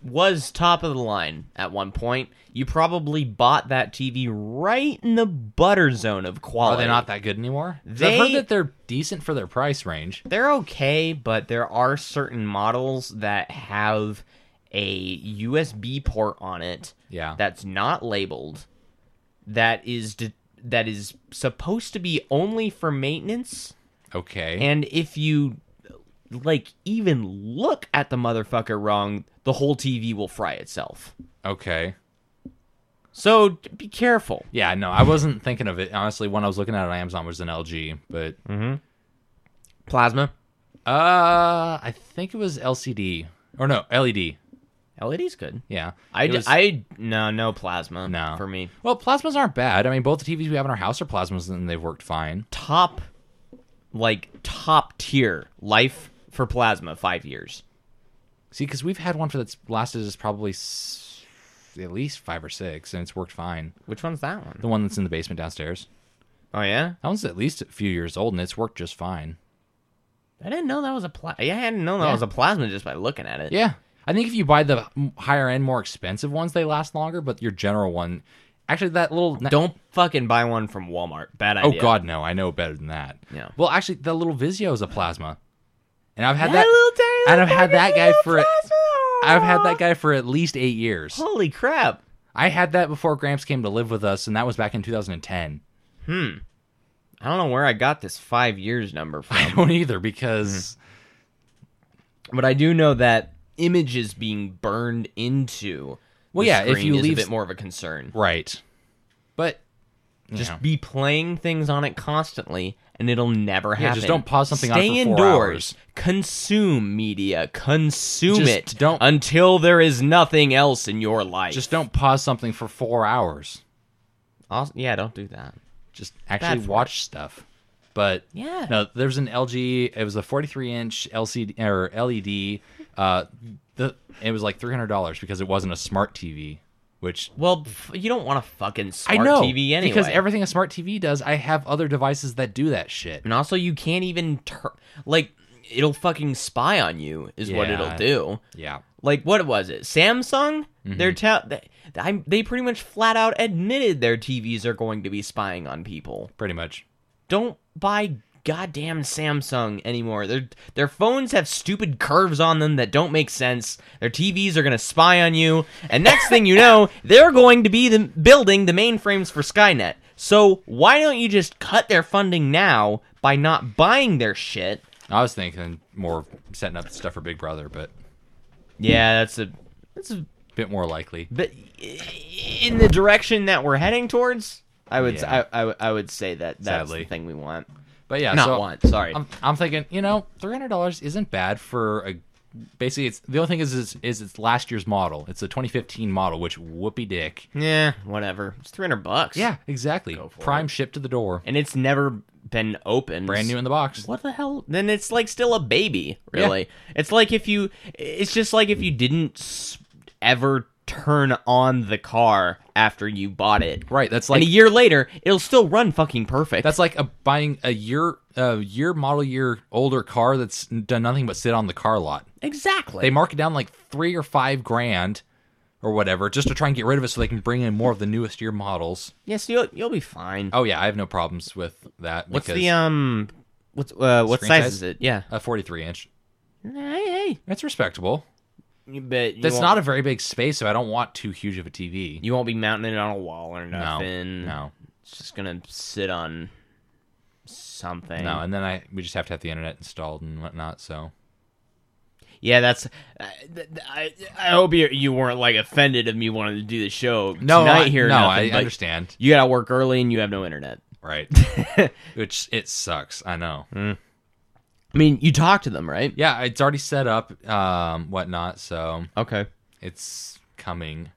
Speaker 2: was top of the line at one point. You probably bought that TV right in the butter zone of
Speaker 3: Are
Speaker 2: quality.
Speaker 3: they Oh, not that good anymore? 'Cause I've
Speaker 2: They-
Speaker 3: heard that they're decent for their price range.
Speaker 2: They're okay, but there are certain models that have a USB port on it.
Speaker 3: Yeah.
Speaker 2: That's not labeled. That is de- that is supposed to be only for maintenance.
Speaker 3: Okay.
Speaker 2: And if you like even look at the motherfucker wrong, the whole TV will fry itself.
Speaker 3: okay.
Speaker 2: So d- be careful.
Speaker 3: Yeah, no, I wasn't thinking of it honestly. When I was looking at it on Amazon, was an LG, but
Speaker 2: Plasma
Speaker 3: uh, I think it was LCD or no LED.
Speaker 2: LED's E good.
Speaker 3: Yeah,
Speaker 2: I,
Speaker 3: It
Speaker 2: d-
Speaker 3: was-
Speaker 2: I no no plasma
Speaker 3: no
Speaker 2: for me.
Speaker 3: Well, plasmas aren't bad. I mean, both the TVs we have in our house are plasmas, and they've worked fine.
Speaker 2: Top like top tier life for plasma 5 years.
Speaker 3: See, because we've had one for that's lasted is probably s- at least five or six, and it's worked fine.
Speaker 2: Which one's that one?
Speaker 3: The one that's in the basement downstairs.
Speaker 2: Oh yeah.
Speaker 3: That one's at least a few years old, and it's worked just fine.
Speaker 2: I didn't know that was a plasma. Yeah, I hadn't known that
Speaker 3: Yeah.
Speaker 2: was a plasma just by looking at it.
Speaker 3: Yeah, I think if you buy the m- higher end, more expensive ones, they last longer. But your general one, actually, that little
Speaker 2: Don't fucking buy one from Walmart. Bad
Speaker 3: Oh
Speaker 2: idea.
Speaker 3: God, no! I know better than that.
Speaker 2: Yeah.
Speaker 3: Well, actually, the little Vizio is a plasma, and I've had
Speaker 2: That,
Speaker 3: that.
Speaker 2: little tiny
Speaker 3: and
Speaker 2: little
Speaker 3: I've had that
Speaker 2: fucking
Speaker 3: guy
Speaker 2: little
Speaker 3: for. I've had that
Speaker 2: plasma.
Speaker 3: guy for at least eight years.
Speaker 2: Holy crap!
Speaker 3: I had that before Gramps came to live with us, and that was back in 2010.
Speaker 2: I don't know where I got this five years number [LAUGHS]
Speaker 3: I [LAUGHS]
Speaker 2: from,
Speaker 3: don't either because
Speaker 2: but I do know that images being burned into.
Speaker 3: Well,
Speaker 2: the
Speaker 3: yeah, if
Speaker 2: screen
Speaker 3: you
Speaker 2: is
Speaker 3: leave-
Speaker 2: a bit more of a concern.
Speaker 3: right, but
Speaker 2: Just
Speaker 3: Yeah.
Speaker 2: be playing things on it constantly, and it'll never happen.
Speaker 3: Yeah, just don't pause something on
Speaker 2: Stay
Speaker 3: for four
Speaker 2: indoors.
Speaker 3: hours.
Speaker 2: Consume media. Consume
Speaker 3: Just
Speaker 2: it.
Speaker 3: don't-
Speaker 2: until there is nothing else in your life.
Speaker 3: Just don't pause something for four hours.
Speaker 2: Aus- yeah, don't do that.
Speaker 3: Just actually
Speaker 2: for
Speaker 3: watch stuff. But
Speaker 2: Yeah.
Speaker 3: no, there's an LG. It was a 43 inch LCD or LED. Uh, the it was like three hundred dollars because it wasn't a smart TV, which
Speaker 2: Well, f- you don't want a fucking smart
Speaker 3: I know
Speaker 2: TV anyway.
Speaker 3: because everything a smart TV does, I have other devices that do that shit.
Speaker 2: And also, you can't even tur like it'll fucking spy on you is what it'll
Speaker 3: Yeah.
Speaker 2: do.
Speaker 3: Yeah,
Speaker 2: Like what was it? Samsung? They're te- they, I'm- they pretty much flat out admitted their TVs are going to be spying on people.
Speaker 3: pretty much.
Speaker 2: Don't buy goddamn Samsung anymore. Their their phones have stupid curves on them that don't make sense. Their TVs are going to spy on you, and next thing you know, they're going to be the, building the mainframes for Skynet. So why don't you just cut their funding now by not buying their shit?
Speaker 3: I was thinking more of setting up stuff for Big Brother, but
Speaker 2: Yeah, that's a that's a
Speaker 3: a bit more likely.
Speaker 2: but in the direction that we're heading towards, I would
Speaker 3: Yeah.
Speaker 2: I, I I would say that that's
Speaker 3: Sadly.
Speaker 2: the thing we want.
Speaker 3: But yeah,
Speaker 2: Not
Speaker 3: so
Speaker 2: want, sorry.
Speaker 3: I'm, I'm thinking, you know, three hundred dollars isn't bad for a. Basically, it's the only thing is, is is it's last year's model. It's a 2015 model, which whoopee dick.
Speaker 2: yeah, whatever. It's 300 bucks.
Speaker 3: Yeah, exactly. Prime shipped to the door,
Speaker 2: And it's never been opened.
Speaker 3: brand new in the box.
Speaker 2: What the hell? Then it's like still a baby, really. It's like if you it's just like if you didn't s- ever turn on the car after you bought it.
Speaker 3: Right, that's
Speaker 2: and
Speaker 3: like
Speaker 2: a year later, it'll still run fucking perfect.
Speaker 3: that's like a buying a year a year model year older car that's done nothing but sit on the car lot.
Speaker 2: exactly.
Speaker 3: They mark it down like three or five grand or whatever just to try and get rid of it so they can bring in more of the newest year models.
Speaker 2: yes, you'll you'll be fine.
Speaker 3: Oh yeah, I have no problems with that.
Speaker 2: What's
Speaker 3: because
Speaker 2: the um what's uh what
Speaker 3: Screen
Speaker 2: size,
Speaker 3: size?
Speaker 2: is it? Yeah.
Speaker 3: a 43 inch?
Speaker 2: Hey,
Speaker 3: It's respectable.
Speaker 2: hey. But you
Speaker 3: That's
Speaker 2: won't-
Speaker 3: not a very big space, so I don't want too huge of a TV.
Speaker 2: You won't be mounting it on a wall or
Speaker 3: no,
Speaker 2: nothing.
Speaker 3: no,
Speaker 2: It's just gonna sit on something.
Speaker 3: no. And then I we just have to have the internet installed and whatnot. So
Speaker 2: yeah, that's. Uh, th- th- I I hope you you weren't like offended of me wanting to do the show tonight
Speaker 3: I,
Speaker 2: here. or
Speaker 3: no,
Speaker 2: nothing,
Speaker 3: I
Speaker 2: but
Speaker 3: understand.
Speaker 2: You gotta work early and you have no internet. [LAUGHS]
Speaker 3: Right, [LAUGHS] which it sucks. I know.
Speaker 2: Mm. I mean, you talk to them, right?
Speaker 3: Yeah, it's already set up, um, whatnot. So
Speaker 2: Okay.
Speaker 3: it's coming.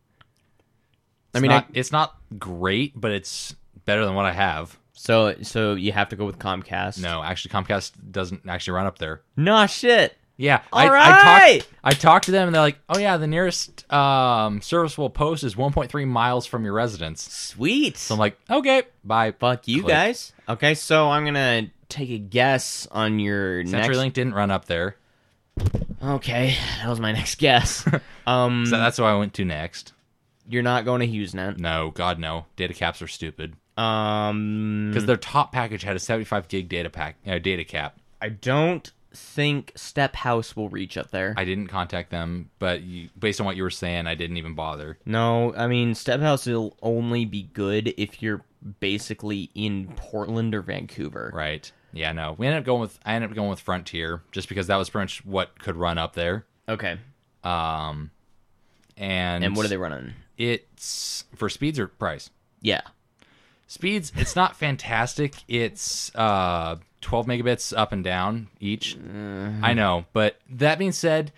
Speaker 2: I
Speaker 3: It's
Speaker 2: mean,
Speaker 3: not,
Speaker 2: I-
Speaker 3: it's not great, but it's better than what I have.
Speaker 2: So so you have to go with Comcast.
Speaker 3: No, actually, Comcast doesn't actually run up there.
Speaker 2: Nah, shit.
Speaker 3: Yeah,
Speaker 2: All
Speaker 3: I, I
Speaker 2: right.
Speaker 3: talked. I talked to them, and they're like, "Oh yeah, the nearest um, serviceable post is 1.3 miles from your residence."
Speaker 2: Sweet.
Speaker 3: So I'm like, "Okay, bye."
Speaker 2: Fuck you
Speaker 3: Click.
Speaker 2: guys. Okay, so I'm gonna take a guess on your
Speaker 3: CenturyLink didn't run up there,
Speaker 2: next. Okay, that was my next
Speaker 3: [LAUGHS]
Speaker 2: guess. um,
Speaker 3: so that's what I went to next.
Speaker 2: you're not going to HughesNet.
Speaker 3: No, God no, data caps are stupid
Speaker 2: Um,
Speaker 3: because their top package had a 75 gig data pack uh, data cap.
Speaker 2: I don't think Step House will reach up there.
Speaker 3: I didn't contact them, but you, based on what you were saying, I didn't even bother.
Speaker 2: no, I mean Step House will only be good if you're basically in Portland or Vancouver.
Speaker 3: Right? Yeah, no. We ended up going with I ended up going with Frontier just because that was pretty much what could run up there.
Speaker 2: Okay.
Speaker 3: Um, and
Speaker 2: And what are they running?
Speaker 3: It's for speeds or price.
Speaker 2: Yeah.
Speaker 3: Speeds, it's not fantastic. It's uh 12 megabits up and down each.
Speaker 2: Uh-huh.
Speaker 3: I know, but that being said,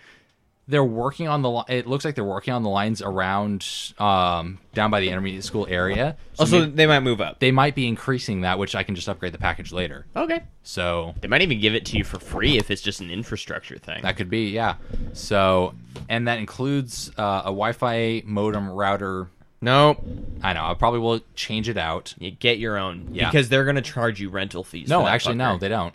Speaker 3: they're working on the li- it looks like they're working on the lines around um down by the intermediate school area. So
Speaker 2: Also,
Speaker 3: maybe-
Speaker 2: Oh, they might move up.
Speaker 3: they might be increasing that, which I can just upgrade the package later.
Speaker 2: Okay.
Speaker 3: So
Speaker 2: They might even give it to you for free if it's just an infrastructure thing.
Speaker 3: That could be, yeah. So, and that includes uh, a Wi-Fi modem router.
Speaker 2: Nope.
Speaker 3: I know. I probably will change it out.
Speaker 2: You get your own
Speaker 3: Yeah.
Speaker 2: because they're gonna charge you rental fees. for
Speaker 3: No,
Speaker 2: that
Speaker 3: actually, no,
Speaker 2: fucker.
Speaker 3: they don't.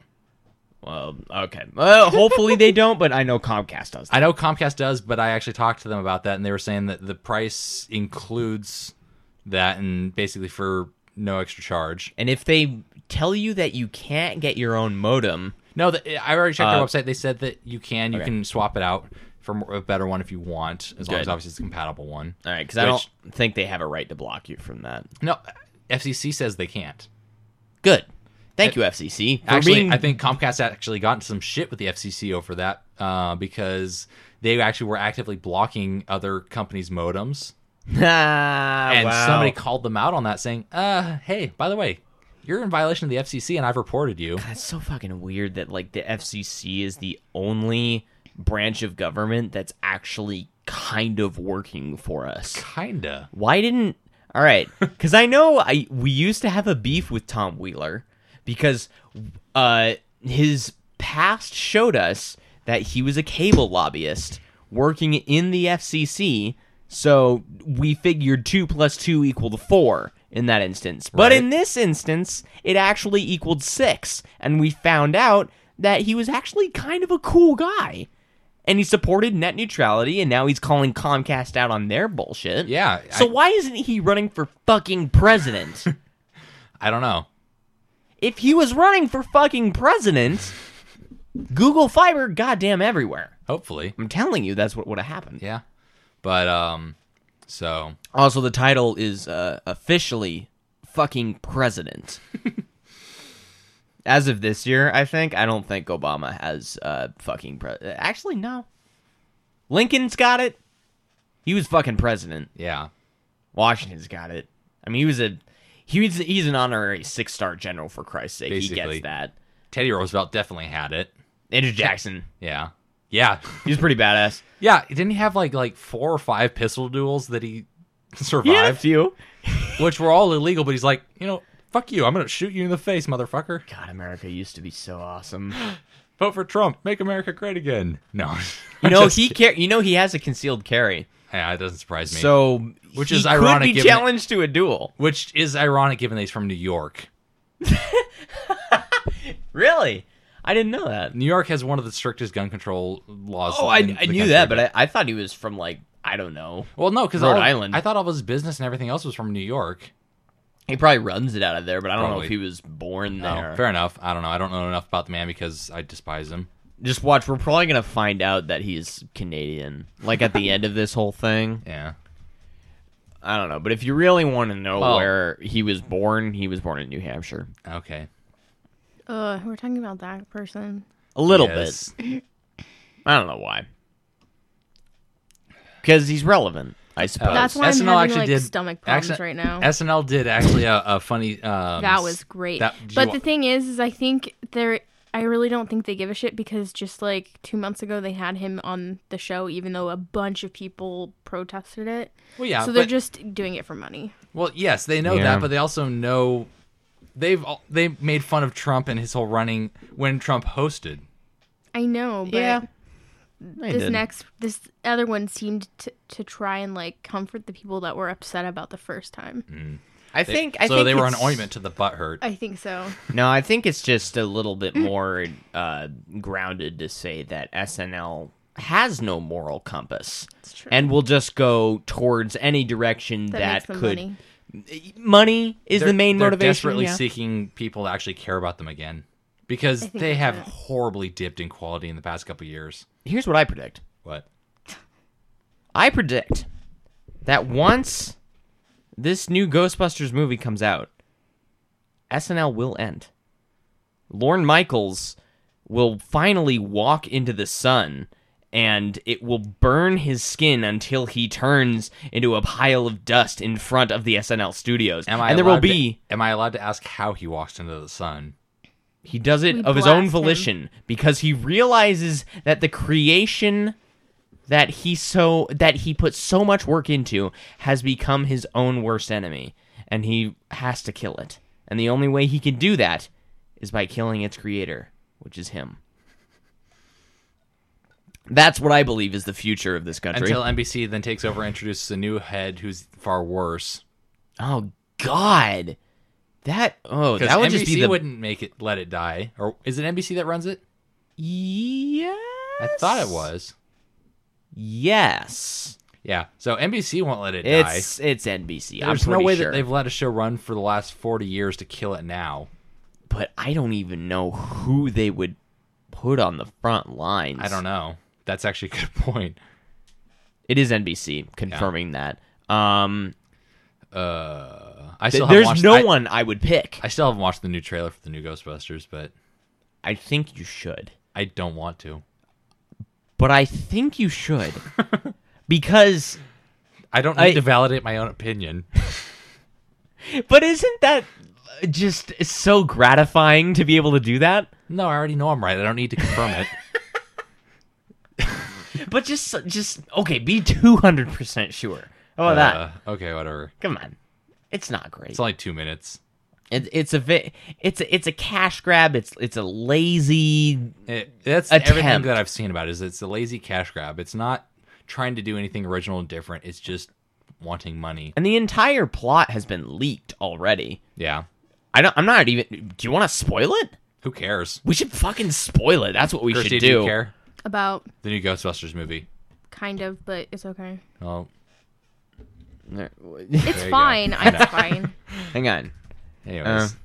Speaker 2: Well, okay. Well, hopefully they don't, but I know Comcast does.
Speaker 3: I know Comcast does, but I actually talked to them about that, and they were saying that the price includes that, and basically for no extra charge.
Speaker 2: and if they tell you that you can't get your own modem,
Speaker 3: No, the, I already checked
Speaker 2: Uh,
Speaker 3: their website. They said that you can. You
Speaker 2: okay.
Speaker 3: can swap it out for more- a better one if you want, as long
Speaker 2: Good.
Speaker 3: as obviously it's a compatible one.
Speaker 2: all right, because I
Speaker 3: Which-
Speaker 2: don't think they have a right to block you from that.
Speaker 3: No, FCC says they can't.
Speaker 2: Good. Thank you, FCC. for
Speaker 3: Uh, Actually,
Speaker 2: being-
Speaker 3: I think Comcast actually got into some shit with the FCC over that uh, because they actually were actively blocking other companies' modems
Speaker 2: [LAUGHS] Ah,
Speaker 3: and
Speaker 2: wow.
Speaker 3: somebody called them out on that, saying, "Uh, hey, by the way, you're in violation of the FCC, and I've reported you."
Speaker 2: That's so fucking weird that like the FCC is the only branch of government that's actually kind of working for us.
Speaker 3: Kinda.
Speaker 2: Why didn't All right, cuz I know I we used to have a beef with Tom Wheeler because uh his past showed us that he was a cable lobbyist working in the FCC, so we figured 2 plus 2 equal to 4 in that instance. But
Speaker 3: Right.
Speaker 2: in this instance, it actually equaled 6 and we found out that he was actually kind of a cool guy. And he supported net neutrality, and now he's calling Comcast out on their bullshit.
Speaker 3: Yeah,
Speaker 2: So
Speaker 3: I-
Speaker 2: why isn't he running for fucking
Speaker 3: [LAUGHS]
Speaker 2: president?
Speaker 3: I don't know.
Speaker 2: if he was running for fucking president, Google Fiber, goddamn everywhere.
Speaker 3: Hopefully,
Speaker 2: I'm telling you, that's what would have happened.
Speaker 3: yeah. But um, so
Speaker 2: Also, the title is uh, officially fucking president. As of this year, I think. I don't think Obama has uh, fucking pre- Actually, no. Lincoln's got it. He was fucking president.
Speaker 3: yeah,
Speaker 2: Washington's got it. I mean, he was a he was he's an honorary six star general for Christ's sake. He
Speaker 3: Basically.
Speaker 2: gets that.
Speaker 3: Teddy Roosevelt definitely had it.
Speaker 2: Andrew Jackson,
Speaker 3: Yeah, yeah,
Speaker 2: he's pretty
Speaker 3: [LAUGHS]
Speaker 2: badass.
Speaker 3: yeah. Didn't he have like like four or five pistol duels that he [LAUGHS] survived?
Speaker 2: Yeah, a few.
Speaker 3: which were all illegal, but he's like, you know, fuck you. I'm going to shoot you in the face, motherfucker.
Speaker 2: God, America used to be so awesome.
Speaker 3: Vote for Trump. Make America great again. No.
Speaker 2: [LAUGHS]
Speaker 3: [LAUGHS]
Speaker 2: You know
Speaker 3: Just
Speaker 2: he
Speaker 3: kid-
Speaker 2: car- You know he has a concealed carry.
Speaker 3: Yeah, it doesn't surprise me.
Speaker 2: So
Speaker 3: Which
Speaker 2: he
Speaker 3: is
Speaker 2: could
Speaker 3: ironic,
Speaker 2: Be
Speaker 3: given it-
Speaker 2: challenged to a duel.
Speaker 3: Which is ironic given that he's from New York.
Speaker 2: Really, I didn't know that.
Speaker 3: New York has one of the strictest gun control laws.
Speaker 2: Oh, I, I
Speaker 3: in
Speaker 2: knew
Speaker 3: the country,
Speaker 2: that, but I, I thought he was from like I don't know.
Speaker 3: Well, no, because
Speaker 2: Rhode Island.
Speaker 3: I thought all of his business and everything else was from New York.
Speaker 2: He probably runs it out of there, but I don't know
Speaker 3: Probably.
Speaker 2: if he was born
Speaker 3: No,
Speaker 2: there.
Speaker 3: Oh, fair enough. I don't know. I don't know enough about the man because I despise him.
Speaker 2: Just watch. We're probably gonna find out that he's Canadian, like at
Speaker 3: [LAUGHS]
Speaker 2: the end of this whole thing.
Speaker 3: Yeah.
Speaker 2: I don't know, but if you really want to know
Speaker 3: Well-
Speaker 2: where he was born, he was born in New Hampshire.
Speaker 3: Okay.
Speaker 4: Uh, we're talking about that person.
Speaker 2: A little
Speaker 3: Yes.
Speaker 2: bit. I don't know why. Because he's relevant, I suppose.
Speaker 4: That's why I'm
Speaker 3: SNL
Speaker 4: having,
Speaker 3: actually
Speaker 4: like,
Speaker 3: did-
Speaker 4: stomach problems
Speaker 3: Accent-
Speaker 4: right now.
Speaker 3: SNL did actually a, a funny. Um,
Speaker 4: that was great.
Speaker 3: that- do you
Speaker 4: but
Speaker 3: wa-
Speaker 4: the thing is, is I think they're. I really don't think they give a shit because just like two months ago, they had him on the show, even though a bunch of people protested it.
Speaker 3: Well, yeah,
Speaker 4: so they're
Speaker 3: but-
Speaker 4: just doing it for money.
Speaker 3: Well, yes, they know
Speaker 2: Yeah.
Speaker 3: that, but they also know they've all, they made fun of Trump and his whole running when Trump hosted.
Speaker 4: I know, but
Speaker 2: Yeah,
Speaker 4: this next, this other one seemed to, to try and like comfort the people that were upset about the first time.
Speaker 3: Mm.
Speaker 2: I think. I
Speaker 3: so
Speaker 2: think
Speaker 3: they were an
Speaker 2: it's-
Speaker 3: ointment to the butt hurt.
Speaker 4: I think
Speaker 3: [LAUGHS]
Speaker 4: so.
Speaker 2: No, I think it's just a little
Speaker 4: Mm.
Speaker 2: bit more uh, grounded to say that SNL has no moral compass
Speaker 4: true.
Speaker 2: and will just go towards any direction
Speaker 4: That,
Speaker 2: that,
Speaker 4: makes them
Speaker 2: could.
Speaker 4: money.
Speaker 2: Money is the main
Speaker 3: they're
Speaker 2: motivation.
Speaker 3: desperately
Speaker 2: yeah.
Speaker 3: seeking people to actually care about them again because
Speaker 4: think
Speaker 3: they
Speaker 4: that's
Speaker 3: have
Speaker 4: it.
Speaker 3: horribly dipped in quality in the past couple years.
Speaker 2: Here's what I predict.
Speaker 3: What?
Speaker 2: I predict that once this new Ghostbusters movie comes out, SNL will end. Lorne Michaels will finally walk into the sun and it will burn his skin until he turns into a pile of dust in front of the SNL studios.
Speaker 3: Am I
Speaker 2: and there will
Speaker 3: allowed to-
Speaker 2: be
Speaker 3: am I allowed to ask how he walks into the sun?
Speaker 2: he does it
Speaker 4: We
Speaker 2: of his own
Speaker 4: blast him.
Speaker 2: volition because he realizes that the creation that he so that he put so much work into has become his own worst enemy and he has to kill it. And the only way he can do that is by killing its creator, which is him. That's what I believe is the future of this country.
Speaker 3: Until NBC then takes over and introduces a new head who's far worse.
Speaker 2: oh god. That oh,
Speaker 3: Because
Speaker 2: that would
Speaker 3: NBC
Speaker 2: just be the
Speaker 3: wouldn't make it let it die. Or is it NBC that runs it?
Speaker 2: Yes.
Speaker 3: I thought it was.
Speaker 2: Yes.
Speaker 3: Yeah. So NBC won't let it die.
Speaker 2: It's it's NBC.
Speaker 3: There's
Speaker 2: I'm
Speaker 3: no
Speaker 2: pretty
Speaker 3: way
Speaker 2: sure.
Speaker 3: that they've let a show run for the last 40 years to kill it now.
Speaker 2: But I don't even know who they would put on the front lines.
Speaker 3: I don't know. That's actually a good [LAUGHS] point.
Speaker 2: It is NBC confirming that. Um,
Speaker 3: Uh, I
Speaker 2: th-
Speaker 3: still haven't
Speaker 2: there's
Speaker 3: watched,
Speaker 2: no
Speaker 3: I,
Speaker 2: one I would pick.
Speaker 3: I still haven't watched the new trailer for the new Ghostbusters, but
Speaker 2: I think you should,
Speaker 3: I don't want to. [LAUGHS]
Speaker 2: but I think you should because
Speaker 3: I don't need
Speaker 2: I-
Speaker 3: to validate my own opinion. [LAUGHS]
Speaker 2: But isn't that just so gratifying to be able to do that?
Speaker 3: No, I already know I'm right. I don't need to
Speaker 2: [LAUGHS]
Speaker 3: confirm it.
Speaker 2: But just just okay, be 200% sure. How about
Speaker 3: Uh,
Speaker 2: that?
Speaker 3: okay, whatever.
Speaker 2: Come on. It's not great.
Speaker 3: It's only two minutes.
Speaker 2: It, it's a vi- it's a, it's a cash grab. It's it's a lazy.
Speaker 3: It, that's everything
Speaker 2: Attempt.
Speaker 3: that I've seen about it is it's a lazy cash grab. It's not trying to do anything original and different. It's just wanting money.
Speaker 2: And the entire plot has been leaked already.
Speaker 3: Yeah.
Speaker 2: I don't. I'm not even. Do you want to spoil it?
Speaker 3: Who cares?
Speaker 2: We should fucking spoil it. That's what we
Speaker 3: Kirsty,
Speaker 2: should
Speaker 3: do
Speaker 2: do.
Speaker 3: you care?
Speaker 4: About
Speaker 3: The new Ghostbusters movie.
Speaker 4: kind of, but it's okay.
Speaker 3: Oh,
Speaker 4: It's
Speaker 3: you go. [LAUGHS]
Speaker 4: fine. I'm fine.
Speaker 2: [LAUGHS] Hang on.
Speaker 3: anyways,
Speaker 2: Uh,
Speaker 3: is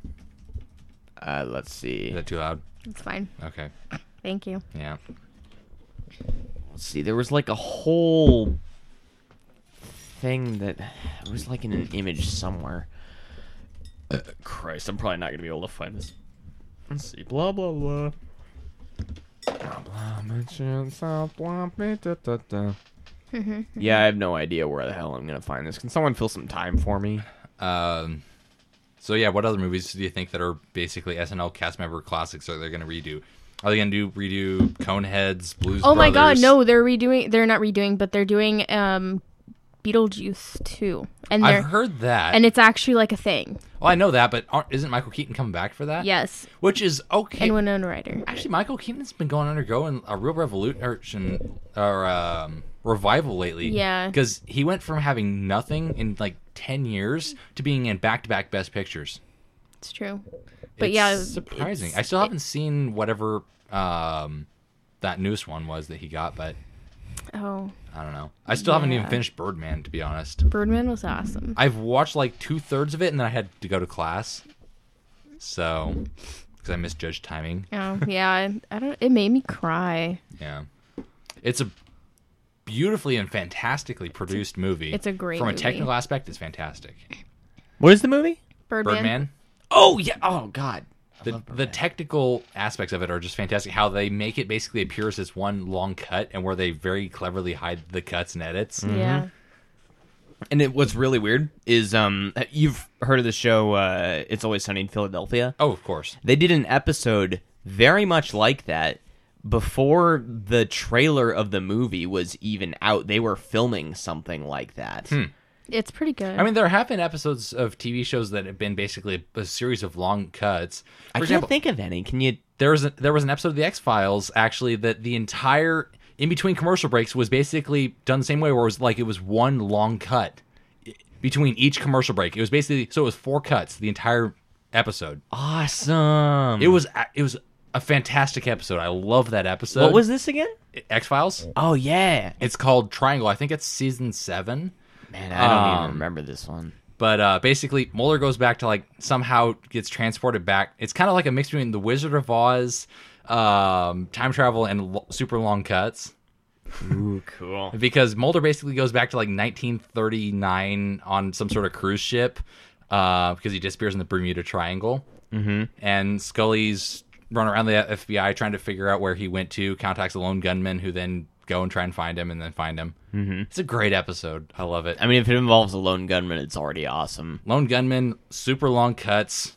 Speaker 2: Uh, let's see.
Speaker 3: that too loud?
Speaker 4: It's fine.
Speaker 3: Okay,
Speaker 4: Thank you.
Speaker 3: yeah.
Speaker 2: Let's see. There was like a whole thing that it was like in an image somewhere. Uh, Christ, I'm probably not gonna be able to find this. Let's see. Blah blah blah. Blah, blah, mention, so, blah, blah, da, da, da. yeah, I have no idea where the hell I'm gonna find this. Can someone fill some time for me?
Speaker 3: Um, so yeah, what other movies do you think that are basically SNL cast member classics are they going to redo? Are they going to do redo Coneheads, Blues?
Speaker 4: Oh my god,
Speaker 3: Brothers?
Speaker 4: no, they're redoing they're not redoing, but they're doing um Beetlejuice 2. And they're
Speaker 3: I've heard that,
Speaker 4: and it's actually like a thing.
Speaker 3: well, I know that, but aren't, isn't Michael Keaton coming back for that?
Speaker 4: Yes.
Speaker 3: which is okay.
Speaker 4: And Winona Ryder.
Speaker 3: Actually, Michael Keaton's been going undergoing a real revolution or um, revival lately.
Speaker 4: Yeah.
Speaker 3: because he went from having nothing in like ten years to being in back-to-back Best Pictures.
Speaker 4: It's true. But
Speaker 3: It's
Speaker 4: yeah,
Speaker 3: surprising.
Speaker 4: it's-
Speaker 3: I still haven't seen whatever um, that newest one was that he got, but
Speaker 4: Oh,
Speaker 3: I don't know. I still haven't even finished Birdman, to be honest.
Speaker 4: Birdman was awesome.
Speaker 3: I've watched like two thirds of it, and then I had to go to class, so because I misjudged timing.
Speaker 4: Oh, yeah, I, I don't it made me cry.
Speaker 3: Yeah, it's a beautifully and fantastically produced movie.
Speaker 4: it's a great
Speaker 3: from a
Speaker 4: movie.
Speaker 3: technical aspect. It's fantastic.
Speaker 2: What is the movie?
Speaker 4: Birdman.
Speaker 3: Birdman.
Speaker 2: Oh yeah. Oh god.
Speaker 3: The, the technical aspects of it are just fantastic. How they make it basically appears as one long cut, and where they very cleverly hide the cuts and edits.
Speaker 2: Mm-hmm.
Speaker 4: Yeah.
Speaker 2: And it, what's really weird is um you've heard of the show uh, It's Always Sunny in Philadelphia.
Speaker 3: Oh, of course.
Speaker 2: They did an episode very much like that before the trailer of the movie was even out. They were filming something like that.
Speaker 3: Hmm.
Speaker 4: It's pretty good.
Speaker 3: I mean, there have been episodes of TV shows that have been basically a, series of long cuts. For
Speaker 2: I
Speaker 3: example,
Speaker 2: can't think of any. Can you?
Speaker 3: there was a, there was an episode of the X Files actually that the entire in between commercial breaks was basically done the same way, where it was like it was one long cut i- between each commercial break. It was basically so it was four cuts the entire episode.
Speaker 2: Awesome.
Speaker 3: It was a- it was a fantastic episode. I love that episode.
Speaker 2: what was this again?
Speaker 3: X Files?
Speaker 2: Oh yeah.
Speaker 3: It's called Triangle. I think it's season seven.
Speaker 2: Man, I don't
Speaker 3: Um,
Speaker 2: even remember this one.
Speaker 3: But uh, basically, Mulder goes back to like somehow gets transported back. It's kind of like a mix between The Wizard of Oz, um, time travel, and lo- super long cuts.
Speaker 2: Ooh, cool.
Speaker 3: Because Mulder basically goes back to like 1939 on some sort of cruise ship uh, because he disappears in the Bermuda Triangle. Mm-hmm. And Scully's run around the FBI trying to figure out where he went to, contacts a lone gunman who then go and try and find him and then find him. Mm-hmm. It's a great episode. I love it.
Speaker 2: I mean, if it involves a lone gunman, it's already awesome.
Speaker 3: Lone gunman, super long cuts.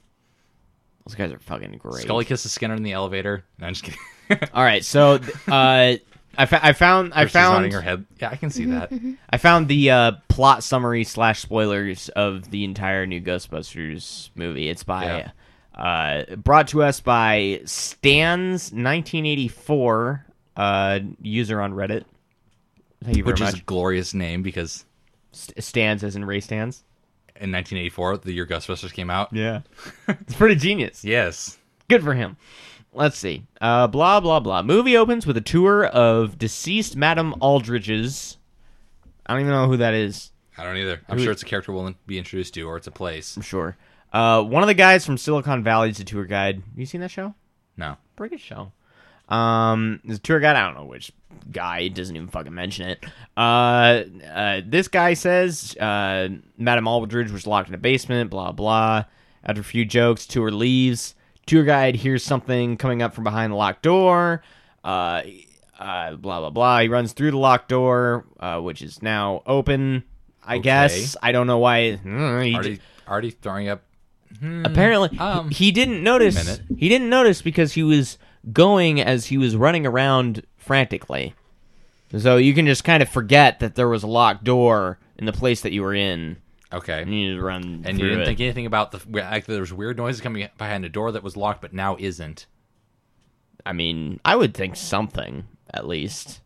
Speaker 2: Those guys are fucking great.
Speaker 3: Scully kisses Skinner in the elevator. No, I'm just
Speaker 2: [LAUGHS]
Speaker 3: kidding. [LAUGHS]
Speaker 2: All right, so th- [LAUGHS] uh, I, fa- I found I
Speaker 3: She's
Speaker 2: found
Speaker 3: nodding her head. Yeah, I can
Speaker 2: [LAUGHS]
Speaker 3: see that.
Speaker 2: I found the uh, plot summary slash spoilers of the entire new Ghostbusters movie. It's by uh, brought to us by Stan's 1984 uh, user on Reddit. Thank you very
Speaker 3: Which is
Speaker 2: much.
Speaker 3: a glorious name because
Speaker 2: St- Stans as in Ray Stans.
Speaker 3: in 1984, the year Ghostbusters came out.
Speaker 2: Yeah, [LAUGHS] it's pretty genius.
Speaker 3: Yes.
Speaker 2: Good for him. Let's see. Uh, blah blah blah. Movie opens with a tour of deceased Madame Aldridge's. I don't even know who that is.
Speaker 3: I don't either. I'm sure it's a character we'll be introduced to or it's a place.
Speaker 2: I'm sure. Uh, one of the guys from Silicon Valley is a tour guide. You seen that show?
Speaker 3: No.
Speaker 2: Pretty good show. Um, there's a tour guide. I don't know which guy. It doesn't even fucking mention it. Uh, uh, this guy says uh, Madame Aldridge was locked in a basement. Blah blah. After a few jokes, tour leaves. Tour guide hears something coming up from behind the locked door. Uh, uh, blah blah blah. He runs through the locked door, uh, which is now open. I guess I don't know why. Mm, he
Speaker 3: Already,
Speaker 2: j-
Speaker 3: already throwing up.
Speaker 2: Mm-hmm. apparently,
Speaker 3: um,
Speaker 2: he didn't notice.
Speaker 3: minute.
Speaker 2: He didn't notice because he was going as he was running around frantically. So you can just kind of forget that there was a locked door in the place that you were in,
Speaker 3: Okay.
Speaker 2: and you just run.
Speaker 3: and you
Speaker 2: through
Speaker 3: didn't
Speaker 2: it.
Speaker 3: think anything about the like there was weird noises coming behind a door that was locked but now isn't.
Speaker 2: I mean, I would think something at least.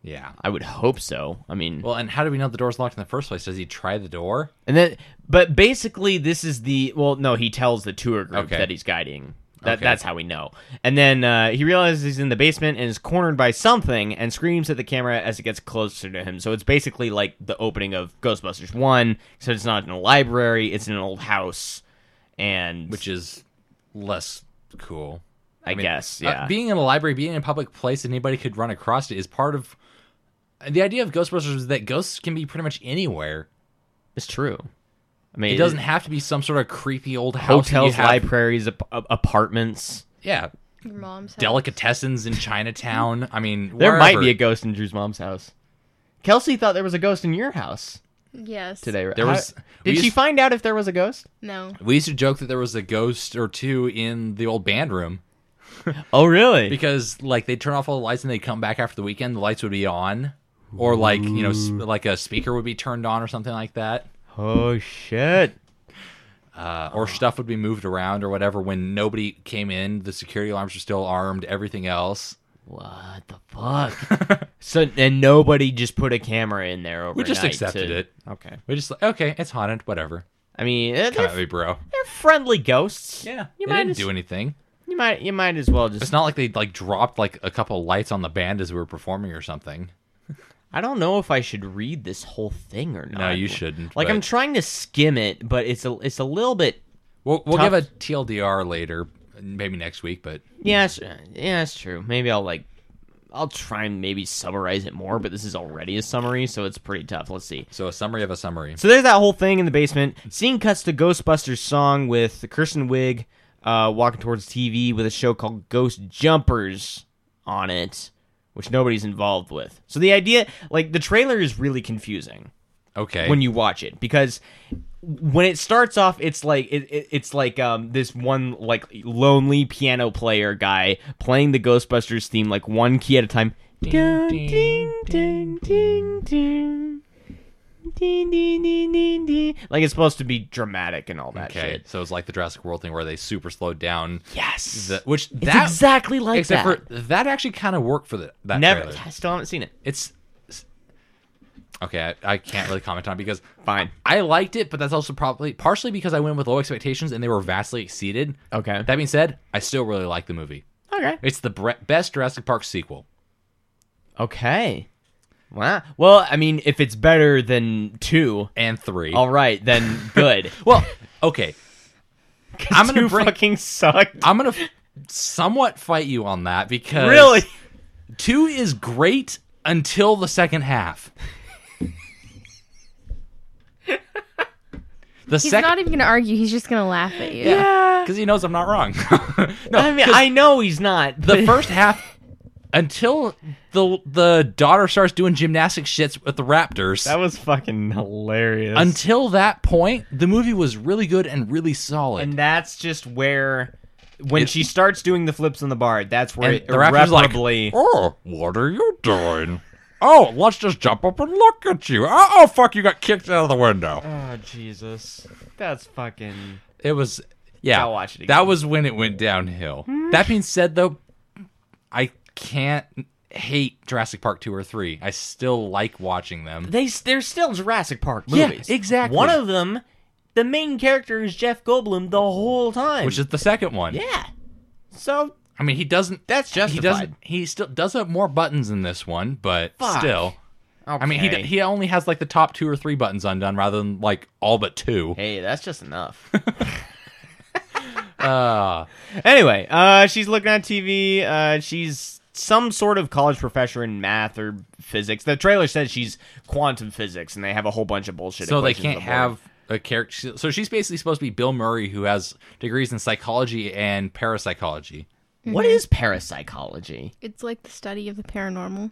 Speaker 3: Yeah.
Speaker 2: I would hope so. I mean,
Speaker 3: Well, and how do we know the door's locked in the first place? Does he try the door?
Speaker 2: And then, but basically, this is the well. No, he tells the tour group
Speaker 3: Okay.
Speaker 2: that he's guiding. That,
Speaker 3: Okay.
Speaker 2: That's how we know. And then uh, he realizes he's in the basement and is cornered by something and screams at the camera as it gets closer to him. So it's basically like the opening of Ghostbusters One. So it's not in a library; it's in an old house, and
Speaker 3: Which is less cool.
Speaker 2: I,
Speaker 3: mean,
Speaker 2: guess,
Speaker 3: uh,
Speaker 2: yeah.
Speaker 3: being in a library, being in a public place, anybody could run across it is part of the idea of Ghostbusters is that ghosts can be pretty much anywhere.
Speaker 2: it's true. I mean,
Speaker 3: It doesn't have to be some sort of creepy old house. that you
Speaker 2: hotels,
Speaker 3: have-
Speaker 2: libraries, ap- ap- apartments.
Speaker 3: yeah,
Speaker 4: Your mom's house.
Speaker 3: delicatessens in Chinatown. I mean,
Speaker 2: [LAUGHS] There might
Speaker 3: wherever.
Speaker 2: be a ghost in Drew's mom's house. Kelsey thought there was a ghost in your house.
Speaker 4: Yes.
Speaker 2: today. right?
Speaker 3: There
Speaker 2: How-
Speaker 3: was- we
Speaker 2: Did she
Speaker 3: used-
Speaker 2: find out if there was a ghost?
Speaker 4: No.
Speaker 3: We used to joke that there was a ghost or two in the old band room
Speaker 2: Oh, really?
Speaker 3: because, like, they'd turn off all the lights and they'd come back after the weekend. The lights would be on, or like you know,
Speaker 2: Mm.
Speaker 3: sp- like a speaker would be turned on or something like that,
Speaker 2: oh shit!
Speaker 3: uh,
Speaker 2: Uh-huh.
Speaker 3: or stuff would be moved around or whatever. When nobody came in, the security alarms were still armed.
Speaker 2: [LAUGHS]
Speaker 3: Everything else,
Speaker 2: What the
Speaker 3: [LAUGHS]
Speaker 2: fuck? so and nobody just put a camera in there overnight.
Speaker 3: we just accepted
Speaker 2: to-
Speaker 3: it.
Speaker 2: Okay.
Speaker 3: We just like, okay, it's haunted, whatever.
Speaker 2: I mean, eh,
Speaker 3: Come
Speaker 2: they're,
Speaker 3: at me, bro.
Speaker 2: they're friendly ghosts.
Speaker 3: Yeah,
Speaker 2: You
Speaker 3: they
Speaker 2: might
Speaker 3: didn't
Speaker 2: as,
Speaker 3: do anything.
Speaker 2: You might. You might as well just.
Speaker 3: It's not like they like dropped like a couple lights on the band as we were performing or something.
Speaker 2: I don't know if I should read this whole thing or not.
Speaker 3: No, you shouldn't,
Speaker 2: Like I'm
Speaker 3: but-
Speaker 2: trying to skim it, but it's a it's a little bit.
Speaker 3: We'll, we'll
Speaker 2: Tough.
Speaker 3: give a TLDR later, maybe next week, but
Speaker 2: Yeah, it's- yeah, it's true. Maybe I'll like. I'll try and maybe summarize it more, but this is already a summary, so it's pretty tough. Let's see.
Speaker 3: so a summary of a summary.
Speaker 2: So there's that whole thing in the basement. Scene cuts to Ghostbusters song with Kirsten Wig uh, walking towards TV with a show called Ghost Jumpers on it, which nobody's involved with. So the idea, like the trailer, is really confusing
Speaker 3: Okay.
Speaker 2: when you watch it because when it starts off it's like it, it, it's like um this one like lonely piano player guy playing the ghostbusters theme like one key at a time ding ding ding ding ding Ding, ding, ding, ding, ding. Like it's supposed to be dramatic and all that
Speaker 3: okay.
Speaker 2: shit.
Speaker 3: So it's like the Jurassic World thing where they super slowed down.
Speaker 2: Yes,
Speaker 3: The, which
Speaker 2: it's
Speaker 3: that
Speaker 2: exactly like
Speaker 3: except
Speaker 2: that.
Speaker 3: for that actually kind of worked for the, that
Speaker 2: Never,
Speaker 3: trailer.
Speaker 2: I still haven't seen it.
Speaker 3: It's okay. I, I can't really comment on it because
Speaker 2: Fine.
Speaker 3: I liked it, but that's also probably partially because I went with low expectations and they were vastly exceeded.
Speaker 2: Okay.
Speaker 3: That being said, I still really like the movie.
Speaker 2: Okay.
Speaker 3: It's the bre- best Jurassic Park sequel.
Speaker 2: Okay. Wow. Well, I mean, if it's better than two,
Speaker 3: and [LAUGHS] three.
Speaker 2: all right, then [LAUGHS] good.
Speaker 3: Well, okay. I'm gonna
Speaker 2: Two
Speaker 3: bring.
Speaker 2: fucking [LAUGHS] sucked.
Speaker 3: I'm gonna f- somewhat fight you on that because
Speaker 2: Really?
Speaker 3: [LAUGHS] two is great until the
Speaker 2: [LAUGHS]
Speaker 3: second half. the
Speaker 4: He's
Speaker 3: second,
Speaker 4: not even gonna argue. He's just gonna laugh at you.
Speaker 3: because he knows I'm not wrong. [LAUGHS] no,
Speaker 2: I mean,
Speaker 3: 'cause
Speaker 2: I know he's not.
Speaker 3: the
Speaker 2: [LAUGHS] but-
Speaker 3: first half until the the daughter starts doing gymnastic shits with the Raptors.
Speaker 2: that was fucking hilarious.
Speaker 3: until that point, the movie was really good and really solid.
Speaker 2: and that's just where, when
Speaker 3: It-
Speaker 2: she starts doing the flips on the bar, that's where
Speaker 3: And
Speaker 2: it
Speaker 3: the raptor's like,
Speaker 2: irreparably.
Speaker 3: Oh, what are you doing? Oh, let's just jump up and look at you. Oh, oh, fuck, you got kicked out of the window.
Speaker 2: oh Jesus, that's fucking.
Speaker 3: It was, yeah.
Speaker 2: I'll watch it again.
Speaker 3: That was when it went downhill. That being said, though, I can't hate Jurassic Park 2 or 3. I still like watching them.
Speaker 2: They s- they're still Jurassic Park
Speaker 3: Yeah,
Speaker 2: movies.
Speaker 3: exactly.
Speaker 2: One of them, the main character is Jeff Goldblum the whole time.
Speaker 3: Which is the second one.
Speaker 2: yeah. So
Speaker 3: I mean, he doesn't.
Speaker 2: That's
Speaker 3: He
Speaker 2: justified.
Speaker 3: doesn't. He still does have more buttons in this one, but
Speaker 2: Fuck.
Speaker 3: still. I mean, he
Speaker 2: okay.
Speaker 3: he only has like the top two or three buttons undone, rather than like all but two.
Speaker 2: Hey, that's just
Speaker 3: [LAUGHS]
Speaker 2: enough. Anyway, uh, she's looking at TV. Uh, she's some sort of college professor in math or physics. The trailer says she's quantum physics, and they have a whole bunch of bullshit.
Speaker 3: so they
Speaker 2: equations
Speaker 3: can't
Speaker 2: on the board.
Speaker 3: have a character. So she's basically supposed to be Bill Murray, who has degrees in psychology and parapsychology.
Speaker 4: Mm-hmm.
Speaker 2: What is parapsychology?
Speaker 4: It's like the study of the paranormal.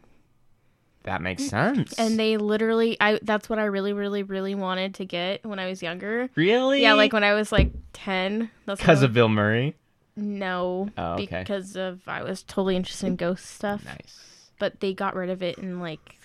Speaker 2: That makes sense.
Speaker 4: Mm. and they literally i that's what i really really really wanted to get when i was younger
Speaker 2: really,
Speaker 4: yeah like when i was like 10 that's
Speaker 2: because
Speaker 4: what I-
Speaker 2: of Bill Murray.
Speaker 4: no
Speaker 2: Oh, okay.
Speaker 4: because of i was totally interested in ghost stuff
Speaker 2: Nice.
Speaker 4: but they got rid of it in like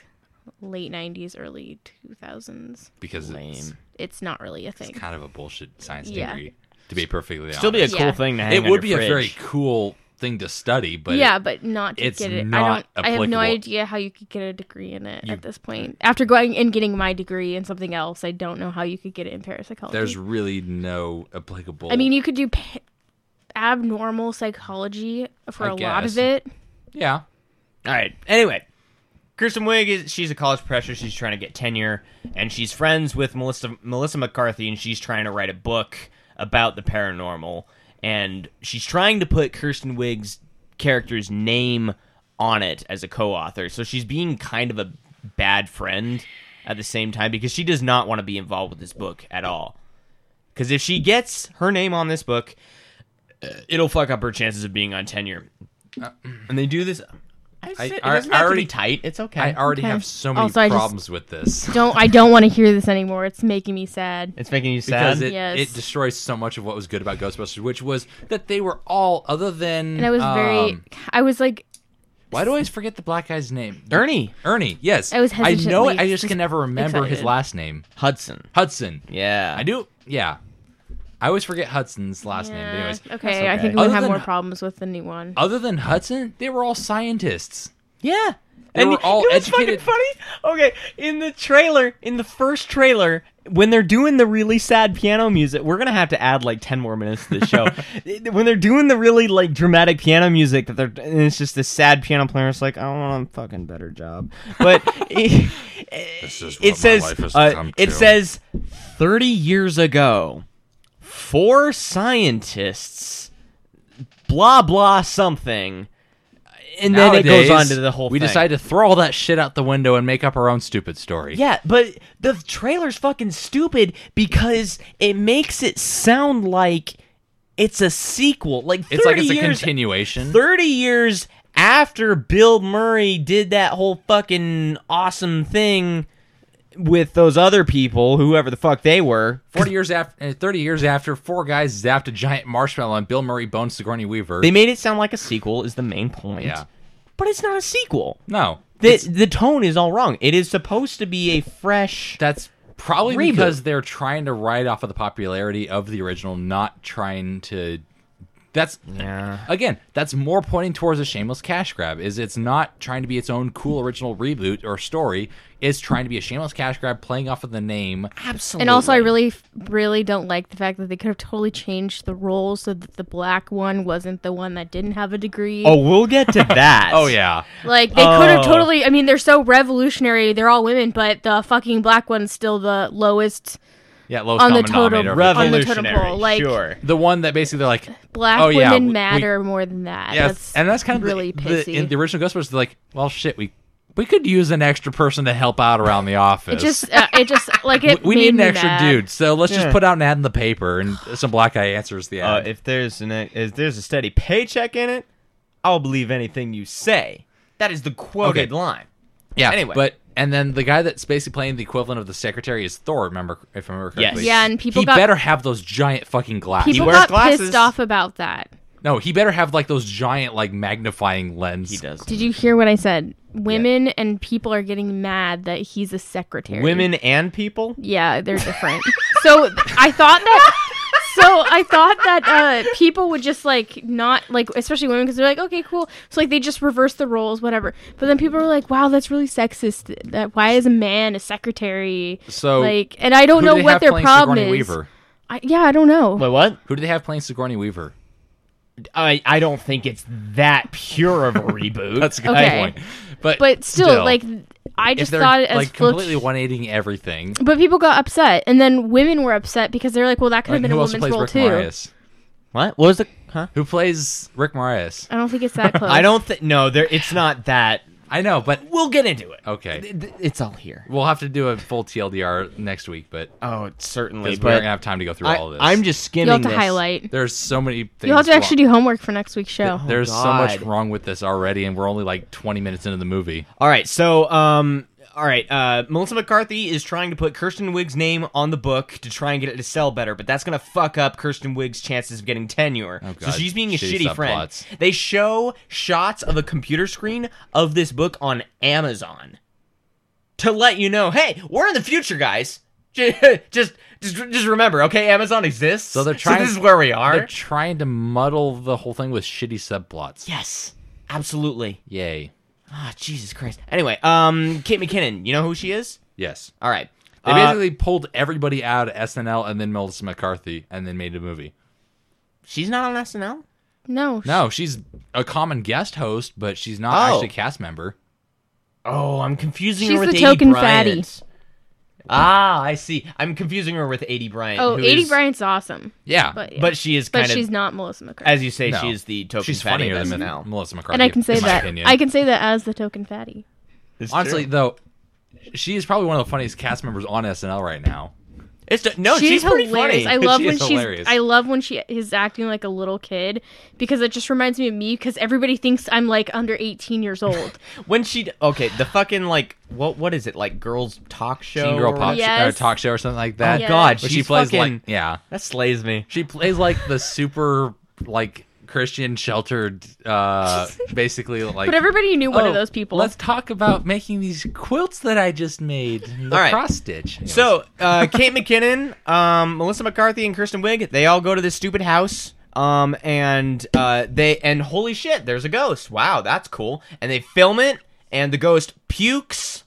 Speaker 4: late 90s early 2000s
Speaker 3: because it's
Speaker 2: Lame.
Speaker 4: it's not really a thing
Speaker 3: kind of a bullshit science
Speaker 4: Yeah.
Speaker 3: degree. To be perfectly
Speaker 2: Still be a
Speaker 3: honest,
Speaker 2: cool
Speaker 4: Yeah.
Speaker 2: thing to hang.
Speaker 3: it
Speaker 2: on
Speaker 3: would be
Speaker 2: your
Speaker 3: a very
Speaker 2: fridge.
Speaker 3: cool thing to study, but
Speaker 4: yeah but not to
Speaker 3: it's
Speaker 4: get it
Speaker 3: not
Speaker 4: i don't i have
Speaker 3: applicable.
Speaker 4: no idea how you could get a degree in it at this point after going and getting my degree in something else i don't know how you could get it in parapsychology
Speaker 3: there's really no applicable.
Speaker 4: I mean, you could do pa- abnormal psychology for
Speaker 3: I
Speaker 4: a lot
Speaker 3: guess.
Speaker 4: of it.
Speaker 3: yeah,
Speaker 2: All right. Anyway, Kirsten Wig is she's a college professor. She's trying to get tenure, and she's friends with Melissa Melissa McCarthy, and she's trying to write a book about the paranormal. And she's trying to put Kirsten Wig's character's name on it as a co-author. So she's being kind of a bad friend at the same time because she does not want to be involved with this book at all. Because if she gets her name on this book, uh, it'll fuck up her chances of being on tenure. And they do this. I,
Speaker 3: Uh, I-
Speaker 2: said- it
Speaker 3: I-
Speaker 2: doesn't
Speaker 3: I
Speaker 2: have
Speaker 3: already-
Speaker 2: to be tight. It's okay.
Speaker 3: I already
Speaker 4: Okay.
Speaker 3: have so many
Speaker 4: Also, I just-
Speaker 3: problems with this
Speaker 4: Don't I don't want to hear this anymore. It's making me sad.
Speaker 2: it's making you sad.
Speaker 3: because it,
Speaker 4: Yes.
Speaker 3: it destroys so much of what was good about Ghostbusters, which was that they were all other than.
Speaker 4: And I was very,
Speaker 3: um,
Speaker 4: I was like,
Speaker 3: Why do I always forget the black guy's name?
Speaker 2: Ernie
Speaker 3: Ernie. Yes,
Speaker 4: I was
Speaker 3: I know it.
Speaker 4: hesitantly
Speaker 3: I just can never remember his
Speaker 4: excited.
Speaker 3: last name.
Speaker 2: Hudson.
Speaker 3: Hudson.
Speaker 2: Yeah.
Speaker 3: I do. Yeah, I always forget Hudson's last name. But
Speaker 4: "Yeah,
Speaker 3: anyways,
Speaker 4: eh, okay, I think we
Speaker 3: Other
Speaker 4: would have
Speaker 3: than-
Speaker 4: more problems with the new one.
Speaker 3: other than Hudson, they were all scientists.
Speaker 2: Yeah.
Speaker 3: They were all
Speaker 2: you know what's fucking
Speaker 3: educated-
Speaker 2: funny? Okay, in the trailer, in the first trailer, when they're doing the really sad piano music, we're gonna have to add like ten more minutes to the
Speaker 3: [LAUGHS]
Speaker 2: show. when they're doing the really like dramatic piano music, that they're and it's just this sad piano player. It's like I want a fucking better job,
Speaker 3: [LAUGHS]
Speaker 2: but it, it says uh, it says thirty years ago, four scientists, blah blah something. And then it goes
Speaker 3: Nowadays,
Speaker 2: on to the whole
Speaker 3: We
Speaker 2: thing.
Speaker 3: decide to throw all that shit out the window and make up our own stupid story.
Speaker 2: Yeah, but the trailer's fucking stupid because it makes it sound like it's a sequel. Like 30
Speaker 3: It's like it's a
Speaker 2: years,
Speaker 3: continuation.
Speaker 2: 30 years after Bill Murray did that whole fucking awesome thing with those other people, whoever the fuck they were.
Speaker 3: 40 years after, 30 years after, four guys zapped a giant marshmallow and Bill Murray bones Sigourney Weaver.
Speaker 2: They made it sound like a sequel is the main point.
Speaker 3: Yeah.
Speaker 2: But it's not a sequel.
Speaker 3: no.
Speaker 2: The, the tone is all wrong. It is supposed to be a fresh
Speaker 3: That's probably
Speaker 2: Reboot.
Speaker 3: because they're trying to ride off of the popularity of the original, not trying to. That's
Speaker 2: Yeah.
Speaker 3: again. That's more pointing towards a shameless cash grab. Is it's not trying to be its own cool original reboot or story. It's trying to be a shameless cash grab, playing off of the name.
Speaker 2: absolutely.
Speaker 4: and also, I really, really don't like the fact that they could have totally changed the role so that the black one wasn't the one that didn't have a degree.
Speaker 2: Oh, we'll get [LAUGHS] to that.
Speaker 3: Oh yeah,
Speaker 4: Like they could have
Speaker 2: Oh.
Speaker 4: totally. I mean, they're so revolutionary. They're all women, but the fucking black one's still the lowest
Speaker 3: yeah. Lowest
Speaker 4: On the
Speaker 3: common denominator.
Speaker 4: totem-
Speaker 3: of the-
Speaker 4: Rev- on the
Speaker 2: revolutionary.
Speaker 4: totem pole, like-
Speaker 2: sure.
Speaker 3: the one that basically they're like,
Speaker 4: black
Speaker 3: oh yeah,
Speaker 4: women
Speaker 3: we-
Speaker 4: matter more than that.
Speaker 3: We, yes,
Speaker 4: that's
Speaker 3: and that's kind of the-
Speaker 4: really
Speaker 3: the,
Speaker 4: pissy.
Speaker 3: in the original Ghostbusters, they're like, well, shit, we we could use an extra person to help out around the office.
Speaker 4: It just, uh,
Speaker 3: [LAUGHS]
Speaker 4: it just like
Speaker 3: we,
Speaker 4: it.
Speaker 3: we
Speaker 4: made
Speaker 3: need an
Speaker 4: me
Speaker 3: extra
Speaker 4: mad.
Speaker 3: dude. So let's just
Speaker 2: Yeah.
Speaker 3: put out an ad in the paper, and some black guy answers the
Speaker 2: Uh,
Speaker 3: ad.
Speaker 2: if there's an if there's a steady paycheck in it, I'll believe anything you say. That is the quoted
Speaker 3: Okay.
Speaker 2: line.
Speaker 3: yeah.
Speaker 2: anyway.
Speaker 3: but and then the guy that's basically playing the equivalent of the secretary is Thor. Remember, if I remember
Speaker 2: Yes.
Speaker 3: correctly.
Speaker 4: Yeah, and people
Speaker 3: he
Speaker 4: got
Speaker 3: better have those giant fucking glasses.
Speaker 4: people
Speaker 2: wears
Speaker 4: got
Speaker 2: glasses.
Speaker 4: pissed off about that.
Speaker 3: no, he better have like those giant like magnifying lens.
Speaker 4: Did you hear what I said? Women and people are getting mad that he's a secretary.
Speaker 2: Women and people.
Speaker 4: Yeah, they're different. so I thought that. So I thought that uh, people would just like not like, especially women, because they're like, okay, cool. So like they just reverse the roles, whatever. But then people were like, wow, that's really sexist. That why is a man a secretary?
Speaker 3: So
Speaker 4: like, and I
Speaker 3: Who
Speaker 4: don't
Speaker 3: do
Speaker 4: know
Speaker 3: they
Speaker 4: what
Speaker 3: have
Speaker 4: their
Speaker 3: playing
Speaker 4: problem
Speaker 3: Sigourney
Speaker 4: is.
Speaker 3: Weaver?
Speaker 4: I, yeah, I don't know.
Speaker 2: Wait, what?
Speaker 3: Who do they have playing Sigourney Weaver?
Speaker 2: I I don't think it's that pure of a reboot.
Speaker 3: [LAUGHS] That's a good
Speaker 4: Okay.
Speaker 3: point. But
Speaker 4: but still, like I
Speaker 3: if
Speaker 4: just
Speaker 3: they're
Speaker 4: thought it as
Speaker 3: like
Speaker 4: flipped-
Speaker 3: completely 180 everything.
Speaker 4: But people got upset, and then women were upset because they're like, well, that could have
Speaker 3: Like,
Speaker 4: been a
Speaker 3: who else
Speaker 4: woman's
Speaker 3: plays
Speaker 4: role
Speaker 3: Rick
Speaker 4: too.
Speaker 3: Moranis?
Speaker 2: what? What was the? Huh?
Speaker 3: Who plays Rick Moranis? [LAUGHS]
Speaker 4: I don't think it's that close.
Speaker 2: I don't think. No, there. It's not that
Speaker 3: I know, but
Speaker 2: We'll get into it.
Speaker 3: okay,
Speaker 2: Th- th- It's all here.
Speaker 3: we'll have to do a full TLDR next week, but
Speaker 2: Oh, it's certainly.
Speaker 3: because
Speaker 2: But
Speaker 3: we aren't gonna have time to go through
Speaker 2: I,
Speaker 3: all of this.
Speaker 2: I'm just skimming.
Speaker 4: You'll have to
Speaker 2: this.
Speaker 4: highlight.
Speaker 3: there's so many things.
Speaker 4: You'll have to
Speaker 3: wrong-
Speaker 4: actually do Oh homework for next week's show.
Speaker 3: There's so
Speaker 2: God.
Speaker 3: much wrong with this already, and we're only like 20 minutes into the movie.
Speaker 2: All right, so um, all right, uh, Melissa McCarthy is trying to put Kirsten Wig's name on the book to try and get it to sell better, but that's gonna fuck up Kirsten Wig's chances of getting tenure.
Speaker 3: Oh,
Speaker 2: so
Speaker 3: God.
Speaker 2: she's being a
Speaker 3: Shitty
Speaker 2: shitty friend.
Speaker 3: subplots.
Speaker 2: They show shots of a computer screen of this book on Amazon to let you know, hey, we're in the future, guys. [LAUGHS] Ju- Just, just, just remember, okay? Amazon exists.
Speaker 3: So they're trying-
Speaker 2: this is where we
Speaker 3: They're
Speaker 2: are.
Speaker 3: trying to muddle the whole thing with shitty subplots.
Speaker 2: yes, absolutely.
Speaker 3: Yay.
Speaker 2: Ah, Jesus Christ. Anyway, um, Kate McKinnon, you know who she is?
Speaker 3: Yes.
Speaker 2: All right.
Speaker 3: They
Speaker 2: Uh,
Speaker 3: basically pulled everybody out of SNL and then Melissa McCarthy and then made a movie.
Speaker 2: She's not on SNL.
Speaker 4: No.
Speaker 3: No, she's a common guest host, but she's not
Speaker 2: Oh.
Speaker 3: actually a cast member.
Speaker 2: Oh, I'm confusing
Speaker 4: She's
Speaker 2: her with
Speaker 4: the
Speaker 2: Aidy
Speaker 4: token
Speaker 2: Bryant. Ah, I see. I'm confusing her with Adi Bryant.
Speaker 4: Oh,
Speaker 2: who
Speaker 4: 80
Speaker 2: is-
Speaker 4: Bryant's awesome.
Speaker 3: Yeah.
Speaker 4: But, yeah.
Speaker 2: But she is
Speaker 4: But
Speaker 2: kind
Speaker 4: she's
Speaker 2: of,
Speaker 4: not Melissa McCarthy.
Speaker 2: as you say,
Speaker 3: No.
Speaker 2: she is the token
Speaker 3: she's
Speaker 2: fatty
Speaker 3: funnier
Speaker 2: of
Speaker 3: than
Speaker 2: SNL.
Speaker 3: Melissa McCarthy.
Speaker 4: and I can say
Speaker 3: in my
Speaker 4: that.
Speaker 3: opinion.
Speaker 4: I can say that as the token fatty.
Speaker 2: It's
Speaker 3: Honestly,
Speaker 2: true.
Speaker 3: though, she is probably one of the funniest cast members on SNL right now.
Speaker 2: it's no, she's,
Speaker 4: she's,
Speaker 2: pretty
Speaker 4: hilarious.
Speaker 2: funny.
Speaker 4: I love
Speaker 3: She
Speaker 4: when
Speaker 3: is
Speaker 4: she's
Speaker 3: hilarious.
Speaker 4: I love when she is acting like a little kid because it just reminds me of me because everybody thinks I'm like under 18 years
Speaker 3: [LAUGHS]
Speaker 4: old.
Speaker 2: when she d- okay, the fucking like what what is it like girls talk show?
Speaker 3: Teen Girl
Speaker 2: or-
Speaker 3: pop
Speaker 4: Yes.
Speaker 3: or talk show or something like
Speaker 2: Oh
Speaker 3: that.
Speaker 4: Yes.
Speaker 2: God, Oh,
Speaker 3: Where
Speaker 2: she's
Speaker 3: she plays
Speaker 2: fucking,
Speaker 3: like yeah,
Speaker 2: that slays me.
Speaker 3: she plays like the super like Christian sheltered,
Speaker 4: [LAUGHS]
Speaker 3: uh basically like.
Speaker 4: but everybody knew one
Speaker 3: "Oh,
Speaker 4: of those people.
Speaker 3: Let's talk about making these quilts that I just made. The
Speaker 2: All right.
Speaker 3: cross stitch. Anyways.
Speaker 2: So, uh, Kate McKinnon, um, Melissa McCarthy, and Kristen Wiig, they all go to this stupid house. Um, and uh, they and holy shit, there's a ghost. Wow, that's cool. And they film it, and the ghost pukes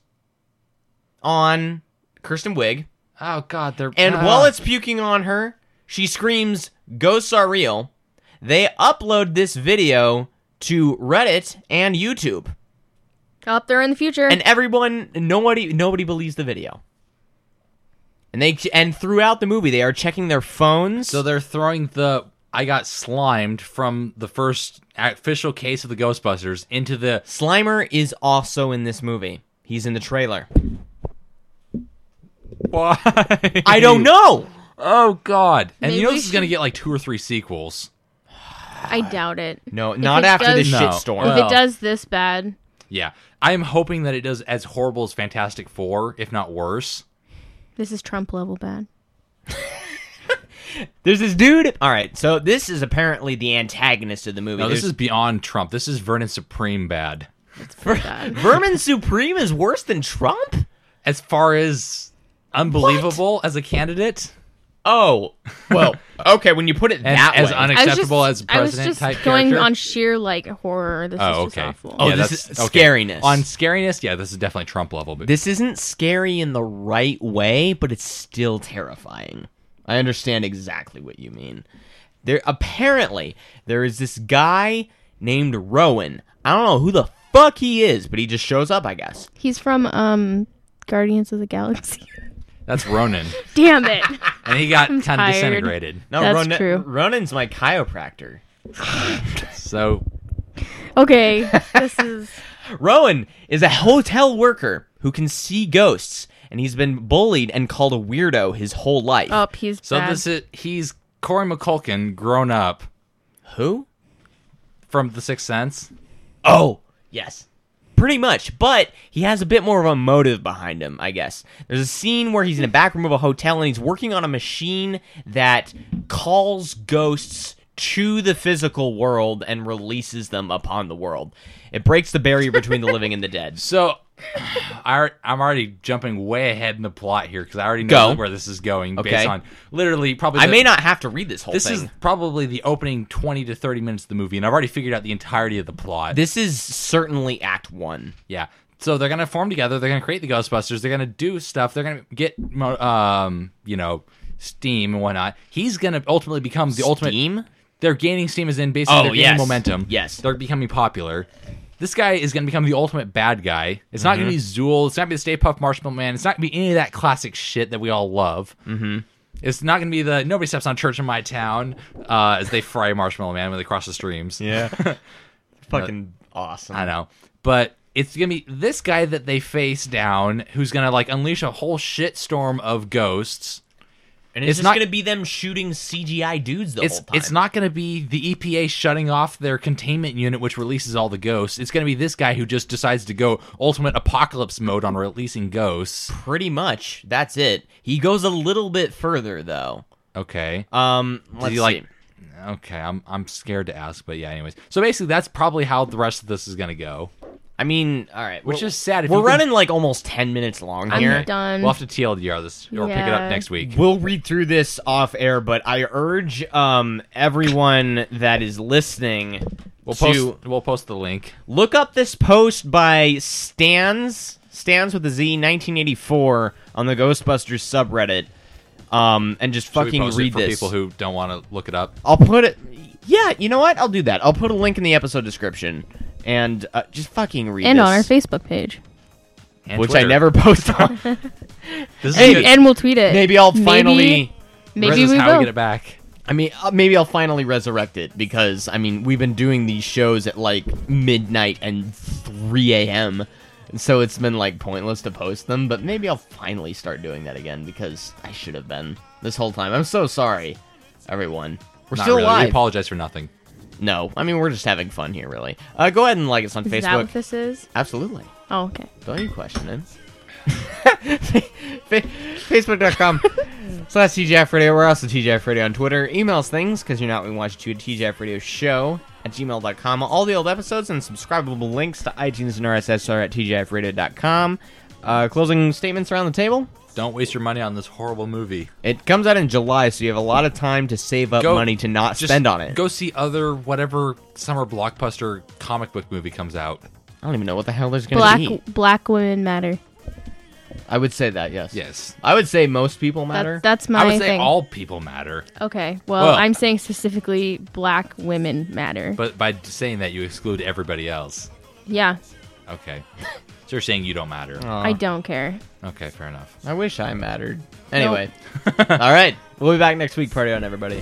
Speaker 2: on Kristen Wiig.
Speaker 3: oh God, they're
Speaker 2: And
Speaker 3: ah.
Speaker 2: while it's puking on her, she screams, "Ghosts are real." They upload this video to Reddit and YouTube,
Speaker 4: Up there in the future.
Speaker 2: and everyone nobody nobody believes the video and they and throughout the movie they are checking their phones
Speaker 3: so they're throwing the I got slimed from the first official case of the Ghostbusters into the
Speaker 2: slimer is also in this movie he's in the trailer
Speaker 3: why
Speaker 2: i don't know
Speaker 3: Oh God! And
Speaker 4: Maybe
Speaker 3: you know
Speaker 4: we
Speaker 3: this is gonna
Speaker 4: should-
Speaker 3: get like two or three sequels.
Speaker 4: I doubt it.
Speaker 2: no not
Speaker 4: it
Speaker 2: after
Speaker 4: does-
Speaker 2: this
Speaker 3: No.
Speaker 2: shitstorm
Speaker 4: if
Speaker 3: uh, well.
Speaker 4: it does this bad,
Speaker 3: Yeah, I am hoping that it does as horrible as Fantastic Four, if not worse.
Speaker 4: this is Trump level
Speaker 3: [LAUGHS]
Speaker 4: bad.
Speaker 2: there's this dude all right so this is apparently the antagonist of the movie
Speaker 3: No, this
Speaker 2: There's-
Speaker 3: is beyond Trump. This is Vernon Supreme bad.
Speaker 2: vermin supreme is worse than trump
Speaker 3: As far as unbelievable as a candidate,
Speaker 2: oh well okay when you put it
Speaker 3: and
Speaker 2: that
Speaker 3: as
Speaker 2: way
Speaker 4: I was
Speaker 3: unacceptable
Speaker 4: just,
Speaker 3: as a
Speaker 4: I was
Speaker 3: president
Speaker 4: just
Speaker 3: type
Speaker 4: going
Speaker 3: character.
Speaker 4: on sheer like horror. This
Speaker 3: oh,
Speaker 4: is just
Speaker 3: okay.
Speaker 4: awful.
Speaker 2: Oh, this
Speaker 3: that's-
Speaker 2: is scariness.
Speaker 3: On scariness, yeah, this is definitely Trump level. But
Speaker 2: this isn't scary in the right way, but it's still terrifying. I understand exactly what you mean. There apparently there is this guy named Rowan. I don't know who the fuck he is, but he just shows up, I guess.
Speaker 4: He's from um Guardians of the Galaxy. [LAUGHS]
Speaker 3: that's Ronan,
Speaker 4: Damn it.
Speaker 3: and he
Speaker 4: [LAUGHS]
Speaker 3: got kind of
Speaker 4: tired.
Speaker 3: disintegrated.
Speaker 2: No,
Speaker 4: That's
Speaker 2: Ronan,
Speaker 4: true.
Speaker 2: Ronan's my chiropractor.
Speaker 3: So
Speaker 4: okay, this is
Speaker 2: Rowan is a hotel worker who can see ghosts, and he's been bullied and called a weirdo his whole life.
Speaker 4: up. He's
Speaker 3: so
Speaker 4: bad.
Speaker 3: this is he's Corey McCulkin grown up
Speaker 2: who?
Speaker 3: from The Sixth Sense.
Speaker 2: Oh, yes. Pretty much, but he has a bit more of a motive behind him, I guess. There's a scene where he's in a back room of a hotel and he's working on a machine that calls ghosts to the physical world and releases them upon the world. It breaks the barrier between the living and the
Speaker 3: [LAUGHS]
Speaker 2: dead.
Speaker 3: So, I, I'm already jumping way ahead in the plot here because I already
Speaker 2: Go.
Speaker 3: know where this is going
Speaker 2: Okay.
Speaker 3: based on literally probably.
Speaker 2: I
Speaker 3: the-
Speaker 2: may not have to read this whole
Speaker 3: This
Speaker 2: thing.
Speaker 3: is probably the opening 20 to 30 minutes of the movie, and I've already figured out the entirety of the plot.
Speaker 2: this is certainly Act One.
Speaker 3: yeah. So they're gonna form together. They're gonna create the Ghostbusters. They're gonna do stuff. They're gonna get, mo- um, you know, steam and whatnot. He's gonna ultimately become the ultimate.
Speaker 2: Steam?
Speaker 3: They're gaining steam as in basically
Speaker 2: Oh,
Speaker 3: they're gaining
Speaker 2: yes.
Speaker 3: momentum.
Speaker 2: Yes.
Speaker 3: they're becoming popular. This guy is going to become the ultimate bad guy. It's not going to be
Speaker 2: Mm-hmm.
Speaker 3: Zool. It's not going to be the Stay Puft Marshmallow Man. It's not going to be any of that classic shit that we all love. Mm-hmm. It's not going to be the nobody steps on church in my town uh, as
Speaker 2: [LAUGHS]
Speaker 3: they [LAUGHS] fry Marshmallow Man when they cross the streams.
Speaker 2: Yeah. Fucking awesome.
Speaker 3: I know, but it's gonna be this guy that they face down, who's gonna like unleash a whole shitstorm of ghosts.
Speaker 2: And it's,
Speaker 3: It's
Speaker 2: just
Speaker 3: not-
Speaker 2: gonna be them shooting CGI dudes the
Speaker 3: It's
Speaker 2: whole time.
Speaker 3: it's not gonna be the EPA shutting off their containment unit, which releases all the ghosts. It's gonna be this guy who just decides to go ultimate apocalypse mode on releasing ghosts.
Speaker 2: pretty much. That's it. He goes a little bit further though.
Speaker 3: Okay.
Speaker 2: Um,
Speaker 3: Did
Speaker 2: let's
Speaker 3: you like?
Speaker 2: see.
Speaker 3: Okay, I'm I'm scared to ask, but yeah. Anyways, so basically, that's probably how the rest of this is gonna go.
Speaker 2: I mean, all right,
Speaker 3: Which
Speaker 2: we're-
Speaker 3: is sad if
Speaker 2: we're
Speaker 3: you can-
Speaker 2: running like almost ten minutes long
Speaker 4: I'm
Speaker 2: here.
Speaker 4: done.
Speaker 3: We'll have to TLDR this or pick it
Speaker 4: Yeah.
Speaker 3: up next week.
Speaker 2: We'll read through this off air, but I urge um, everyone that is listening
Speaker 3: We'll post
Speaker 2: to
Speaker 3: we'll post the link.
Speaker 2: look up this post by Stans Stans with a Z 1984 on the Ghostbusters subreddit, um, and just
Speaker 3: Should we
Speaker 2: fucking
Speaker 3: post it
Speaker 2: read
Speaker 3: for
Speaker 2: this.
Speaker 3: people who don't want to look it up.
Speaker 2: I'll put it. Yeah, you know what? I'll do that. I'll put a link in the episode description, and uh, just fucking read
Speaker 4: and
Speaker 2: this,
Speaker 4: on our Facebook page.
Speaker 3: And
Speaker 2: which I
Speaker 3: Twitter.
Speaker 2: never post on.
Speaker 3: This is
Speaker 2: Hey,
Speaker 3: good.
Speaker 4: And we'll tweet it.
Speaker 2: Maybe I'll finally.
Speaker 3: This
Speaker 4: Maybe
Speaker 3: is
Speaker 4: we
Speaker 3: how
Speaker 4: will.
Speaker 3: we get it back.
Speaker 2: I mean, uh, maybe I'll finally resurrect it because I mean we've been doing these shows at like midnight and 3 a.m. and So it's been like pointless to post them, but maybe I'll finally start doing that again because I should have been this whole time. I'm so sorry, everyone. We're
Speaker 3: Not
Speaker 2: still
Speaker 3: really. We
Speaker 2: alive.
Speaker 3: apologize for nothing.
Speaker 2: no, I mean we're just having fun here, really. Uh, go ahead and like us on
Speaker 4: Is that
Speaker 2: Facebook.
Speaker 4: what this is?
Speaker 2: Absolutely.
Speaker 4: Oh, okay.
Speaker 2: Don't you question [LAUGHS] it. Fa- Facebook.com slash TGF Radio. We're also TGF Radio on Twitter. Email us things because you're not what we want you to. TGF Radio Show at gmail.com. All the old episodes and subscribable links to iTunes and RSS are at TGFradio.com. Uh, closing statements around the table.
Speaker 3: Don't waste your money on this horrible movie.
Speaker 2: It comes out in July, so you have a lot of time to save up
Speaker 3: Go-
Speaker 2: money to not
Speaker 3: Just
Speaker 2: spend on it.
Speaker 3: Go see other whatever summer blockbuster comic book movie comes out.
Speaker 2: I don't even know what the hell there's going
Speaker 4: Black
Speaker 2: to be.
Speaker 4: black women matter.
Speaker 2: I would say that, yes.
Speaker 3: Yes.
Speaker 2: I would say most people matter.
Speaker 4: That, that's my
Speaker 3: I would say
Speaker 4: thing.
Speaker 3: all people matter,
Speaker 4: okay. Well,
Speaker 3: Well-
Speaker 4: I'm saying specifically black women matter.
Speaker 3: but by saying that you exclude everybody else.
Speaker 4: yeah, [LAUGHS]
Speaker 3: Okay. So you're saying you don't matter.
Speaker 4: I don't care.
Speaker 2: Oh.
Speaker 3: Okay, fair enough.
Speaker 2: I wish I mattered. Anyway. All right. We'll be back next week. Party on, everybody.